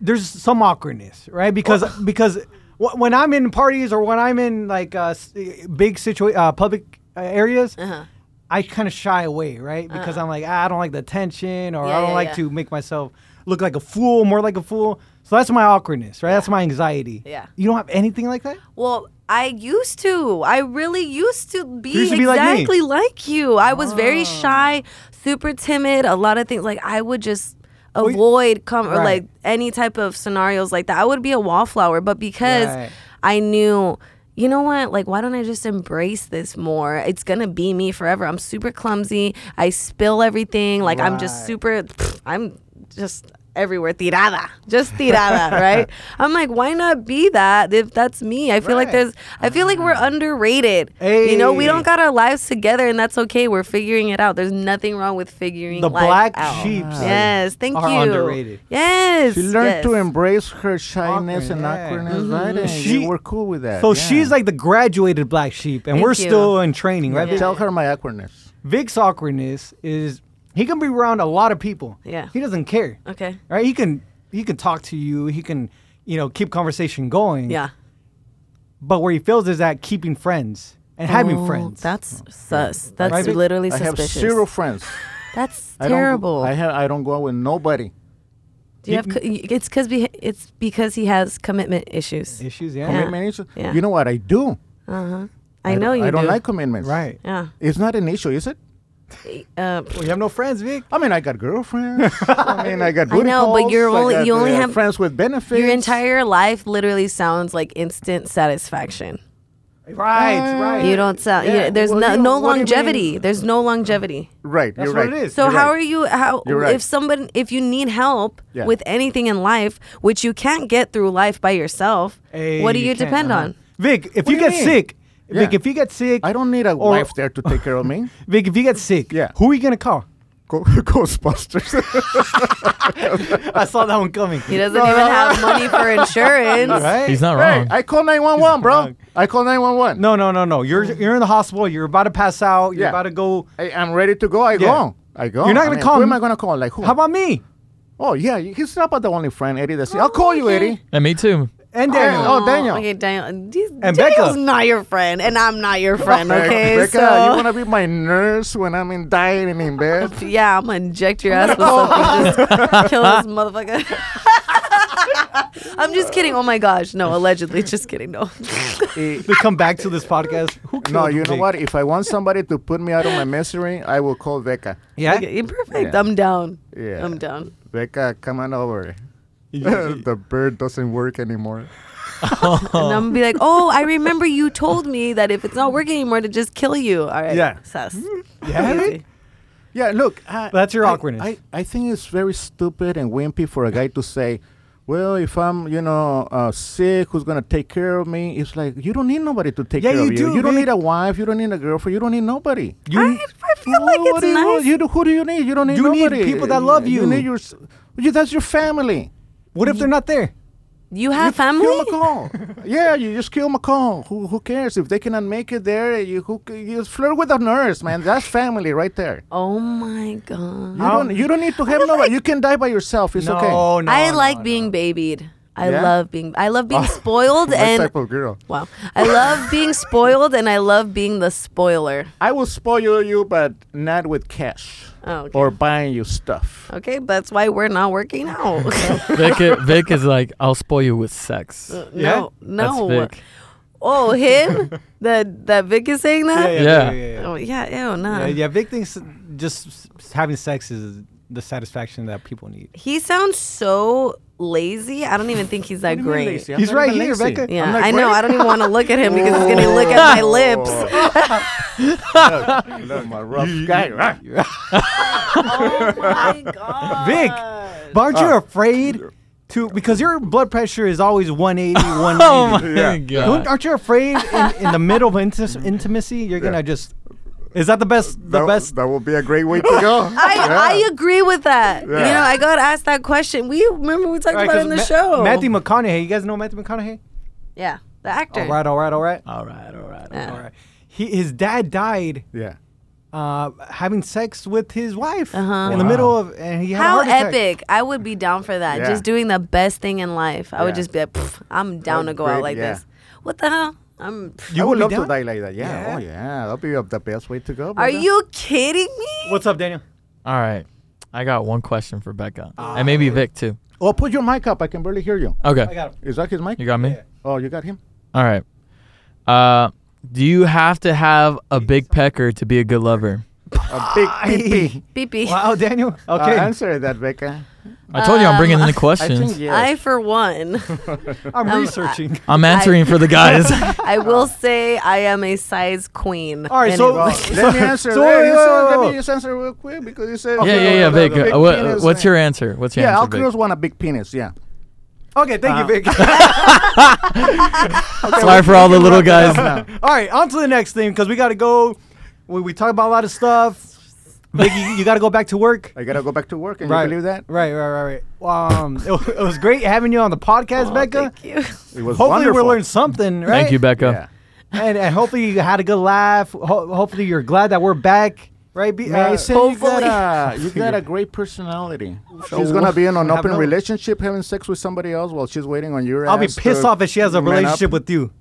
B: There's some awkwardness, right? Because
A: *laughs*
B: because wh- when I'm in parties or when I'm in like uh, s- big situa- uh, public uh, areas,
A: Uh-huh.
B: I kind of shy away, right? Because I'm like, ah, I don't like the tension, or
A: Yeah,
B: I don't
A: yeah,
B: like
A: yeah.
B: to make myself look like a fool, more like a fool. So that's my awkwardness, right? That's my anxiety.
A: Yeah.
B: You don't have anything like that?
A: Well, I used to. I really used to be
B: used to be like me.
A: exactly like, you. I was very shy, super timid. A lot of things like I would just
B: you-
A: avoid com- or
B: Right.
A: like any type of scenarios like that. I would be a wallflower, but because
B: Right.
A: I knew. You know what? Like, why don't I just embrace this more? It's gonna be me forever. I'm super clumsy. I spill everything. Like, I'm just
B: Right.
A: super. I'm just everywhere tirada, just
C: *laughs*
A: tirada, right? I'm like, why not be that if that's me? I feel like
B: Right.
A: there's, I feel like we're
C: Ah.
A: underrated. You know, we
B: Hey.
A: don't got our lives together, and that's okay. We're figuring it out. There's nothing wrong with figuring
B: The
A: life
B: black
A: out.
B: sheeps
A: Yes, thank
B: are
A: you.
B: underrated.
A: *laughs* Yes,
C: She learned to
A: yes. Mm-hmm.
C: embrace her shyness
B: Awkward,
C: and
B: yeah.
C: awkwardness, right? And
B: She-
C: you were cool with that.
B: So
C: Uh, yeah.
B: she's like the graduated black sheep, and
A: Thank
B: we're
A: you.
B: still in training, right?
A: Yeah.
C: tell her my awkwardness.
B: Vic's awkwardness is he can be around a lot of people.
A: Yeah.
B: He doesn't care.
A: Okay.
B: Right? He can he can talk to you. He can you know keep conversation going.
A: Yeah.
B: But where he fails is at keeping friends and having
A: Oh,
B: friends.
A: That's sus. That's
B: Right, but
A: literally
C: I have
A: suspicious.
C: zero friends.
A: That's
C: I
A: terrible.
C: Don't, go- I have. I don't go out with nobody.
A: Do you have? co- It's because it's because he has commitment issues.
B: issues. Yeah. Oh,
C: Commitment issues.
A: Yeah.
C: You know what I do?
A: I know
C: don't-
A: you
C: I don't
A: do.
C: like commitments.
B: Right.
A: Yeah.
C: It's not an issue, is it?
A: Uh,
B: Well, you have no friends, Vic.
C: I mean, I got
B: *laughs*
C: girlfriends. I mean, I got booty
A: know, but
C: calls,
A: you're
C: I
A: only-
C: got,
A: you only
C: uh,
A: have-
C: friends with benefits.
A: Your entire life literally sounds like instant satisfaction. Mm.
B: Right, right.
A: You don't sell.
B: Yeah,
A: you, there's
B: well,
A: no,
B: you
A: no
B: know, what do you
A: longevity.
B: mean?
A: There's no longevity.
C: Right.
B: That's
C: you're
B: what
C: right.
B: it is.
A: So
C: You're
A: how
C: right.
A: are you? How
C: You're right.
A: if somebody if you need help
C: Yeah.
A: with anything in life, which you can't get through life by yourself,
B: Hey,
A: what do you,
B: can't,
A: depend
B: uh-huh.
A: on?
B: Vic, if
C: What
B: you
C: do you
B: get
C: mean?
B: sick, Vic,
C: Yeah.
B: if you get sick,
C: I don't need a
B: Or-
C: wife there to take care of
B: *laughs*
C: me.
B: Vic, if you get sick,
C: Yeah.
B: who are you gonna call?
C: Go, *laughs* Ghostbusters. *laughs*
B: I saw that one coming.
A: He doesn't even have money
B: *laughs*
A: for insurance.
B: Right?
D: He's not
C: hey,
D: wrong.
C: I call 911, bro.
B: wrong.
C: I call 911.
B: No, no, no, no. You're you're in the hospital. You're about to pass out. You're
C: Yeah.
B: about to go.
C: I, I'm ready to go. I
B: Yeah.
C: go. I go.
B: You're not gonna
C: I mean,
B: call
C: Who
B: me.
C: am I gonna call? Like who?
B: How about me
C: Oh yeah, he's not about the only friend, Eddie. That's I'll call you, Eddie.
D: and me too.
B: and Daniel?
C: Oh, Daniel.
A: Okay, Daniel. These,
B: And
A: Daniel's
B: Becca.
A: not your friend, and I'm not your friend.
C: Hey,
A: Okay,
C: Becca,
A: so
C: you wanna be my nurse when I'm in dying and
A: *laughs*
C: in bed?
A: yeah, I'm gonna inject your ass with something. Just kill
C: *laughs*
A: this motherfucker. I'm just kidding. Oh my gosh, no, allegedly, just kidding. No,
C: Eh,
B: They come back to this podcast. Who
C: no,
B: killed
C: you know
B: Vic?
C: what? If I want somebody to put me out of my misery, I will call Becca.
B: Yeah.
A: Okay, you're perfect.
C: Yeah.
A: I'm down.
C: Yeah.
A: I'm down.
C: Becca, come on over. *laughs* the bird doesn't work anymore.
A: And I'm gonna be like, oh, I remember you told me that if it's not working anymore, to just kill you. All right.
B: Yeah.
A: Sus.
C: Mm-hmm.
B: Yeah.
A: Easy.
C: Yeah, look, I,
B: That's your
C: I-
B: awkwardness.
C: I, I think it's very stupid and wimpy for a guy to say, "Well, if I'm, you know, uh, sick, who's gonna take care of me?" It's like you don't need nobody to take
B: Yeah,
C: care
B: you
C: of you.
B: do,
C: you don't
B: Vic.
C: need a wife. You don't need a girlfriend. You don't need nobody.
B: You-
A: I, I feel like
C: Oh, What
A: it's
C: do you want?
A: nice.
C: You do- who do you need? You don't need
B: You need
C: nobody.
B: people that love you.
C: You need your. s- You, that's your family.
B: what if they're not there?
A: You have family?
C: Kill McCall. yeah, you just kill McCall. Who who cares if they cannot make it there? You who c- you flirt with a nurse, man. That's family right there.
A: Oh my god.
C: You don't you don't need to have nobody. You can die by yourself. It's
B: no,
C: okay.
B: no.
A: I
B: no,
A: like
B: no.
A: being babied. I
C: Yeah? Oh.
A: love being I love being spoiled
C: *laughs* My
A: and
C: type of girl.
A: wow. I love being spoiled and I love being the spoiler.
C: I will spoil you, but not with cash
A: Oh, okay.
C: or buying you stuff.
A: okay, that's why we're not working
B: *laughs*
A: out.
D: Vic, i- Vic is like, I'll spoil you with sex.
B: *laughs* Yeah?
A: *laughs* No, no.
D: That's Vic.
A: Oh,
B: *laughs*
A: him? that that Vic is saying
B: Yeah,
A: that?
B: yeah, yeah.
D: Yeah.
B: yeah, yeah.
A: Oh yeah, ew, nah.
B: Yeah, yeah, Vic thinks just s- s- having sex is the satisfaction that people need.
A: He sounds so lazy. I don't even think he's that great.
B: He's right here, Becca.
A: Yeah,
C: I'm not
A: I know.
C: great.
A: I don't even want to look at him because he's gonna look at
B: *laughs*
A: my lips.
B: Oh.
C: my *laughs* rough guy.
A: Oh my
B: *laughs*
A: god,
B: Vic, But aren't
C: Ah.
B: you afraid to because your blood pressure is always 180, 190.
D: *laughs* *laughs* Oh my
C: Yeah.
D: god.
B: Don't, aren't you afraid in, in the middle of inti- intimacy you're gonna just? Is that the best? The best?
C: That would be a great *laughs* way to go.
A: I, I agree with that. You
C: Yeah.
A: know, I got asked that question. We remember we talked
B: Right,
A: about it
B: 'cause
A: in the
B: Ma-
A: show.
B: Matthew McConaughey. You guys know Matthew McConaughey?
A: yeah, the actor.
B: All right, all right, all right,
D: All right, all right.
A: Yeah.
B: all right. He, his dad died
C: yeah.
B: uh, having sex with his wife
A: Uh-huh.
B: in the
C: Wow.
B: middle of, and he had
A: How
B: a heart attack.
A: epic! I would be down for that.
C: Yeah.
A: Just doing the best thing in life. I would
C: Yeah.
A: just be like, "Pff, I'm down
C: Oh,
A: to go out
C: great,
A: like
C: yeah.
A: this. What the hell? I'm.
B: You
C: I would
B: be
C: love
B: down?
C: to die like that. Yeah.
B: Yeah.
C: Oh, yeah. That'd be uh, the best way to go.
A: Are
C: brother.
A: you kidding me?
B: What's up, Daniel?
D: All right. I got one question for Becca. and maybe Vic too.
C: Oh, put your mic up. Ah, I can barely hear you.
B: I
D: Okay.
B: got him.
C: Is that his mic?
D: You got me?
B: Yeah.
C: Oh, you got him.
D: All right. Uh, do you have to have a big pecker to be a good lover?
C: A *laughs* big
A: Beepy.
C: pee.
B: Wow, Daniel. Uh, Okay.
C: Uh, answer that, Becca.
D: I told you I'm bringing in the
C: I think
D: questions.
A: *laughs* I,
C: yes.
A: for
C: *laughs*
A: one,
B: I'm
A: Um,
B: researching.
D: I'm answering for the guys.
A: I will say I am a size queen.
B: All right,
A: And
B: so-
C: *laughs*
A: it-
C: Well, let me answer.
B: So,
C: that.
B: wait,
C: You
B: wait,
C: said-
B: wait,
C: Let
B: wait.
C: me just answer real quick because you said. *laughs*
D: yeah, yeah, yeah,
C: the-
D: Vic.
C: the big
D: Uh, what-
C: penis,
D: what's
C: man.
D: your answer? What's your
C: Yeah, all
D: answer, Vic?
C: girls want a big penis. Yeah.
B: okay, thank
C: Uh,
B: you, Vic.
D: Sorry for all the little guys.
B: *laughs* All right, on to the next thing because we got to go. We, we talk about a lot of stuff. Vic, you, you got to go back to work.
C: I gotta go back to work. Can
B: Right.
C: you believe that?
B: Right, right, right, right. Um, it, wa- it was great having you on the podcast, Becca.
A: Oh, Thank you.
C: It was
B: Hopefully,
C: wonderful.
B: we learned something, right?
D: Thank you,
C: Yeah.
D: Becca.
B: And, and hopefully, you had a good laugh. Ho- hopefully, you're glad that we're back, right? Be- uh,
C: Mason, you
A: hopefully.
C: got,
B: *laughs*
C: a, *laughs* you got a great personality.
B: So
C: she's gonna be in
B: what
C: an
B: happened
C: open
B: over?
C: relationship, having sex with somebody else while she's waiting on your.
B: I'll be
C: ass to
B: pissed off if she has a
C: man up.
B: relationship with you.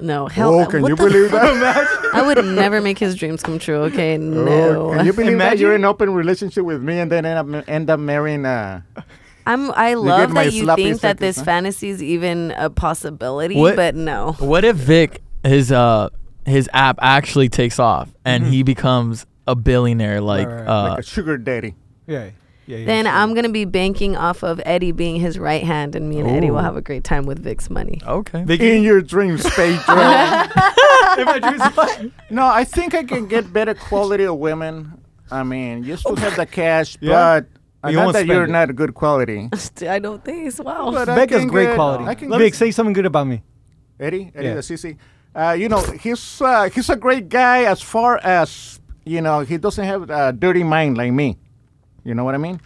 A: No, hell.
C: Oh,
A: no.
C: can
A: What
C: you
A: the
C: believe that?
A: *laughs* I would never make his dreams come true. Okay, no.
C: Oh, can you believe that
B: Imagine-
C: you're in an open relationship with me and then end up, end up marrying? Uh,
A: I'm. I love
C: my
A: that you
C: sloppy
A: think that
C: seconds,
A: this
C: huh?
A: fantasy is even a possibility,
D: What-
A: but no.
D: What if Vic his uh his app actually
C: Mm-hmm.
D: takes off and he becomes a billionaire like
B: Right, right,
D: uh
C: like a sugar daddy.
B: Yeah. Yeah, yeah,
A: then
B: sure.
A: I'm gonna be banking off of Eddie being his right hand, and me and Eddie will have a great time with Vic's money.
D: Okay.
A: *laughs*
C: In your dreams,
A: Uh-huh.
C: Pedro.
B: if I drew some-
C: no, I think I can get better quality of women. I mean, you still have the cash,
B: Yeah.
C: but
B: You
C: not
B: won't
C: that
B: spend
C: you're
B: it.
C: not good
A: *laughs*
C: quality.
A: I don't think so. Wow.
C: But I
B: Becca's
C: can
B: great
C: get-
B: quality.
C: I can
B: Vic,
C: get-
B: say something good about me.
C: Eddie, Eddie
B: Yeah.
C: the CC. Uh, you know, he's uh, he's a great guy as far as you know. He doesn't have a dirty mind like me. You know what I mean?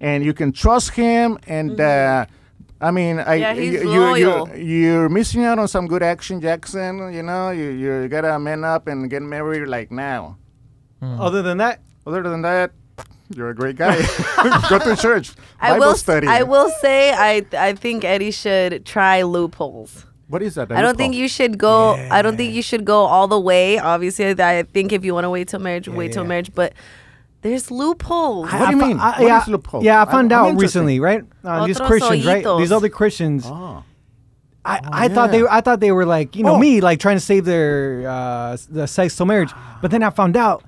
C: And you can trust him. And uh, I mean, I
A: Yeah, he's
C: you,
A: loyal.
C: you're, you're missing out on some good action, Jackson. You know, you you gotta man up and get married like now. Hmm.
B: Other than that,
C: Other than that, you're a
A: *laughs*
C: great guy. *laughs* Go to church,
A: I
C: Bible
A: will.
C: study.
A: I will say I. I think Eddie should try loopholes.
C: What is that?
A: I don't think you should go. I don't think you should go all the way. Obviously, that- I think if you want to wait till marriage, wait till
B: yeah.
A: marriage. But there's loopholes.
C: What do you
B: I fo-
C: mean?
B: I,
C: What
B: yeah,
C: is loophole?
B: yeah, I
C: I'm-
B: found
C: I'm
B: out
C: interested.
B: recently, right? Uh, these
A: Otros
B: Christians, right? These
A: hoyitos.
B: other Christians.
C: Oh.
B: I, I thought they
C: yeah.
B: were, I thought they were like you know
C: Oh.
B: me like trying to save their uh, s- the sex till marriage,
C: Ah.
B: but then I found out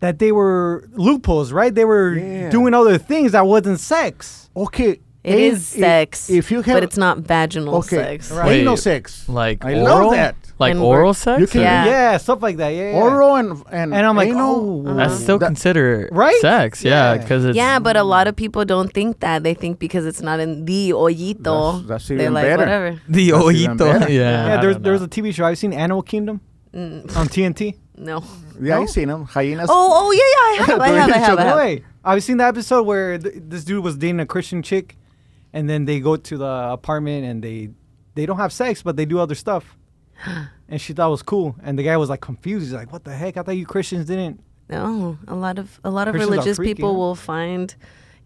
B: that they were loopholes, right? They were
C: Yeah.
B: doing other things that wasn't sex.
C: Okay.
A: It
C: and
A: is sex.
C: If you have,
A: but it's not vaginal
C: okay,
A: sex.
C: Right.
D: Wait,
C: anal sex.
D: Like
C: I
D: oral?
C: love that.
D: Like
A: And we're-
D: oral sex?
C: You can-
D: or-
A: Yeah.
B: Yeah, stuff like that. Yeah, yeah.
C: Oral and and,
B: And I'm like,
C: anal,
B: oh.
D: That's still
C: That-
D: considered
B: Right?
D: sex, yeah,
B: Yeah.
D: because it's
A: Yeah, but a lot of people don't think that. They think because it's not in the ollito,
C: That's- that's
A: they're
C: even
A: like
C: better.
A: whatever.
C: That's
D: the
C: even
D: ojito. Yeah,
C: better.
B: Yeah,
D: I
B: there's
D: don't
B: there's
D: know.
B: a TV show I've seen Animal Kingdom on TNT.
A: Mm, No.
C: yeah,
B: No?
C: I seen them hyenas. *laughs*
A: Oh, oh yeah,
B: *laughs*
A: yeah. I have, I have, I have, I have.
B: Way. I've seen the episode where th- this dude was dating a Christian chick, and then they go to the apartment and they they don't have sex, but they do other
D: *gasps*
B: stuff. And she thought it was cool, and the guy was like confused. He's like, "What the heck? I thought you Christians didn't."
A: No, a lot of a lot of
B: Christians are
A: religious
B: freaky,
A: people
B: huh?
A: will find.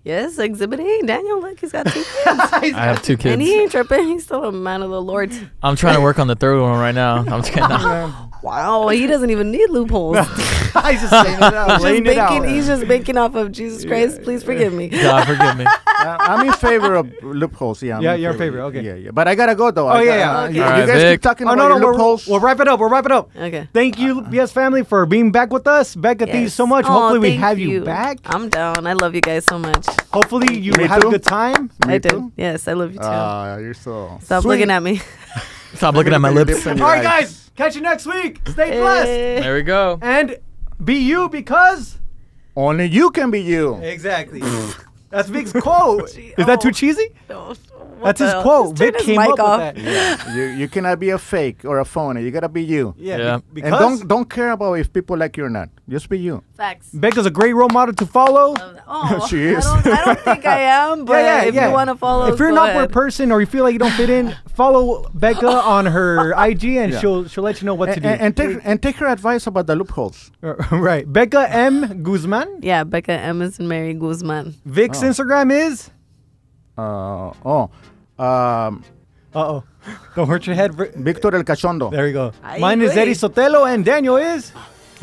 A: Yes, Exhibit A, Daniel. Look, he's
B: *laughs*
A: got two kids,
D: I have two
A: and
D: kids.
A: he ain't tripping. He's still a man of the Lord.
D: I'm trying to work on the third one right now. I'm just
A: *laughs*
D: kidding. *laughs*
A: Wow, he doesn't even need *laughs* loopholes.
B: I just saying it
A: *laughs*
B: out,
A: just
B: laying it out.
A: banking, he's just banking off of Jesus Christ. Please forgive me.
D: God forgive me.
C: I- I'm in favor of loopholes. Yeah, I'm
B: Yeah,
C: in
B: you're in favor, okay.
C: Yeah, yeah. But I gotta go though.
B: Oh,
C: I
B: yeah,
C: gotta-
B: yeah.
C: uh,
B: Okay.
C: You,
D: All
C: you
D: right,
C: guys
D: Vic.
C: keep talking
B: Oh
C: about
B: no, no,
C: your
B: we'll,
C: loopholes.
B: we'll wrap it up. We'll wrap it up.
A: Okay.
B: Thank you, BS family, for being back with us. Becca, thank you so much.
A: Uh-huh. Aw,
B: Hopefully, we
A: thank
B: have you, back.
A: I'm down. I love you guys so much.
B: Hopefully, you
C: Me
B: had a
C: too.
B: good time.
A: I did.
C: too.
A: Yes, I love you too.
C: Ah, you're so.
A: Stop
B: Uh, sweet.
A: looking at me.
D: Stop looking at my lips.
C: All
B: All right, guys, catch you next week. Stay
A: *laughs*
B: blessed
A: Eh.
D: There we go.
B: and be you because.
C: Only you can be you.
A: *laughs*
B: Exactly. That's Vic's quote.
A: Gee,
B: Is that
A: oh.
B: too cheesy?
A: No, what
B: That's
A: the
B: his
A: hell?
B: quote.
A: Just turn
B: Vic
A: his
B: came
A: mic
B: up
A: off.
B: with that.
C: Yeah, you you cannot be a fake or a phony. You gotta be you.
B: Yeah.
D: Yeah.
B: be-
D: And
B: Because
C: And don't don't care about if people like you or not. Just be you.
A: Facts.
B: Becca's a great role model to follow. *laughs*
A: Oh,
C: She is.
A: I don't, I don't think I am, but
B: yeah,
A: if
B: yeah.
A: you want to follow,
B: if you're an
A: go
B: awkward
A: ahead.
B: person or you feel like you don't fit in, follow Becca on
A: *laughs*
B: her IG and
C: Yeah.
B: she'll she'll let you know what to
C: And,
B: do.
C: and, and take and take her advice about the loopholes.
B: *laughs* right. Becca M Guzman.
A: yeah, Becca Emmons and Mary Guzman.
B: Vic's
A: Oh.
B: Instagram is
C: Uh, oh, um,
B: Uh oh. Don't hurt your head. Vic.
C: Victor El Cachondo. *laughs*
B: There you go.
A: Ay,
B: Mine is
A: güey.
B: Eddie Sotelo and Daniel is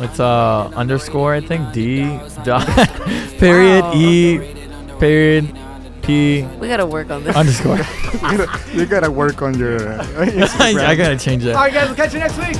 D: It's uh underscore I think D dot *laughs* period E period P
A: We gotta work on this.
D: underscore. *laughs*
C: you, gotta, you gotta work on *laughs* your.
D: I gotta change that.
B: All right guys, we'll catch you next week.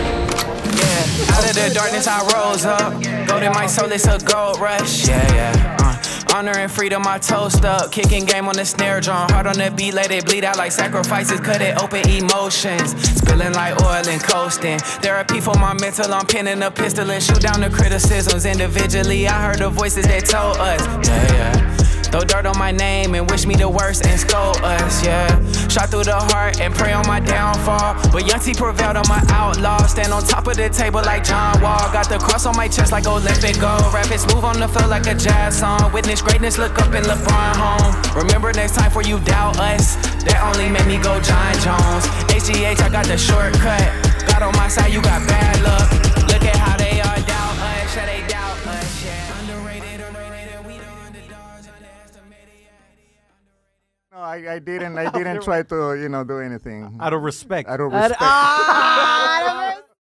F: Yeah, out of the darkness I rose up. Gold in my soul, it's a gold rush. Yeah, yeah. Uh, honor and freedom, I toast up. Kicking game on the snare drum. Hard on the beat, let it bleed out like sacrifices. Cut it open emotions. Spilling like oil and coasting. Therapy for my mental, I'm pinning a pistol and shoot down the criticisms individually. I heard the voices that told us. Yeah, yeah. Throw dirt on my name and wish me the worst and scold us, yeah. Shot through the heart and pray on my downfall. But Young T prevailed on my outlaw. Stand on top of the table like John Wall. Got the cross on my chest like Olympic gold. Rapids move on the field like a jazz song. Witness greatness, look up and LeBron home. Remember next time for you doubt us. That only made me go John Jones. HGH, I got the shortcut. God on my side, you got bad luck. Look at how they all doubt us, yeah, they doubt us, yeah. Underrated, underrated, we the underdogs, underestimated, yeah.
C: No, *laughs* I, I didn't. I didn't try to, you know, do anything.
B: Out of respect.
C: I don't respect.
A: Ah,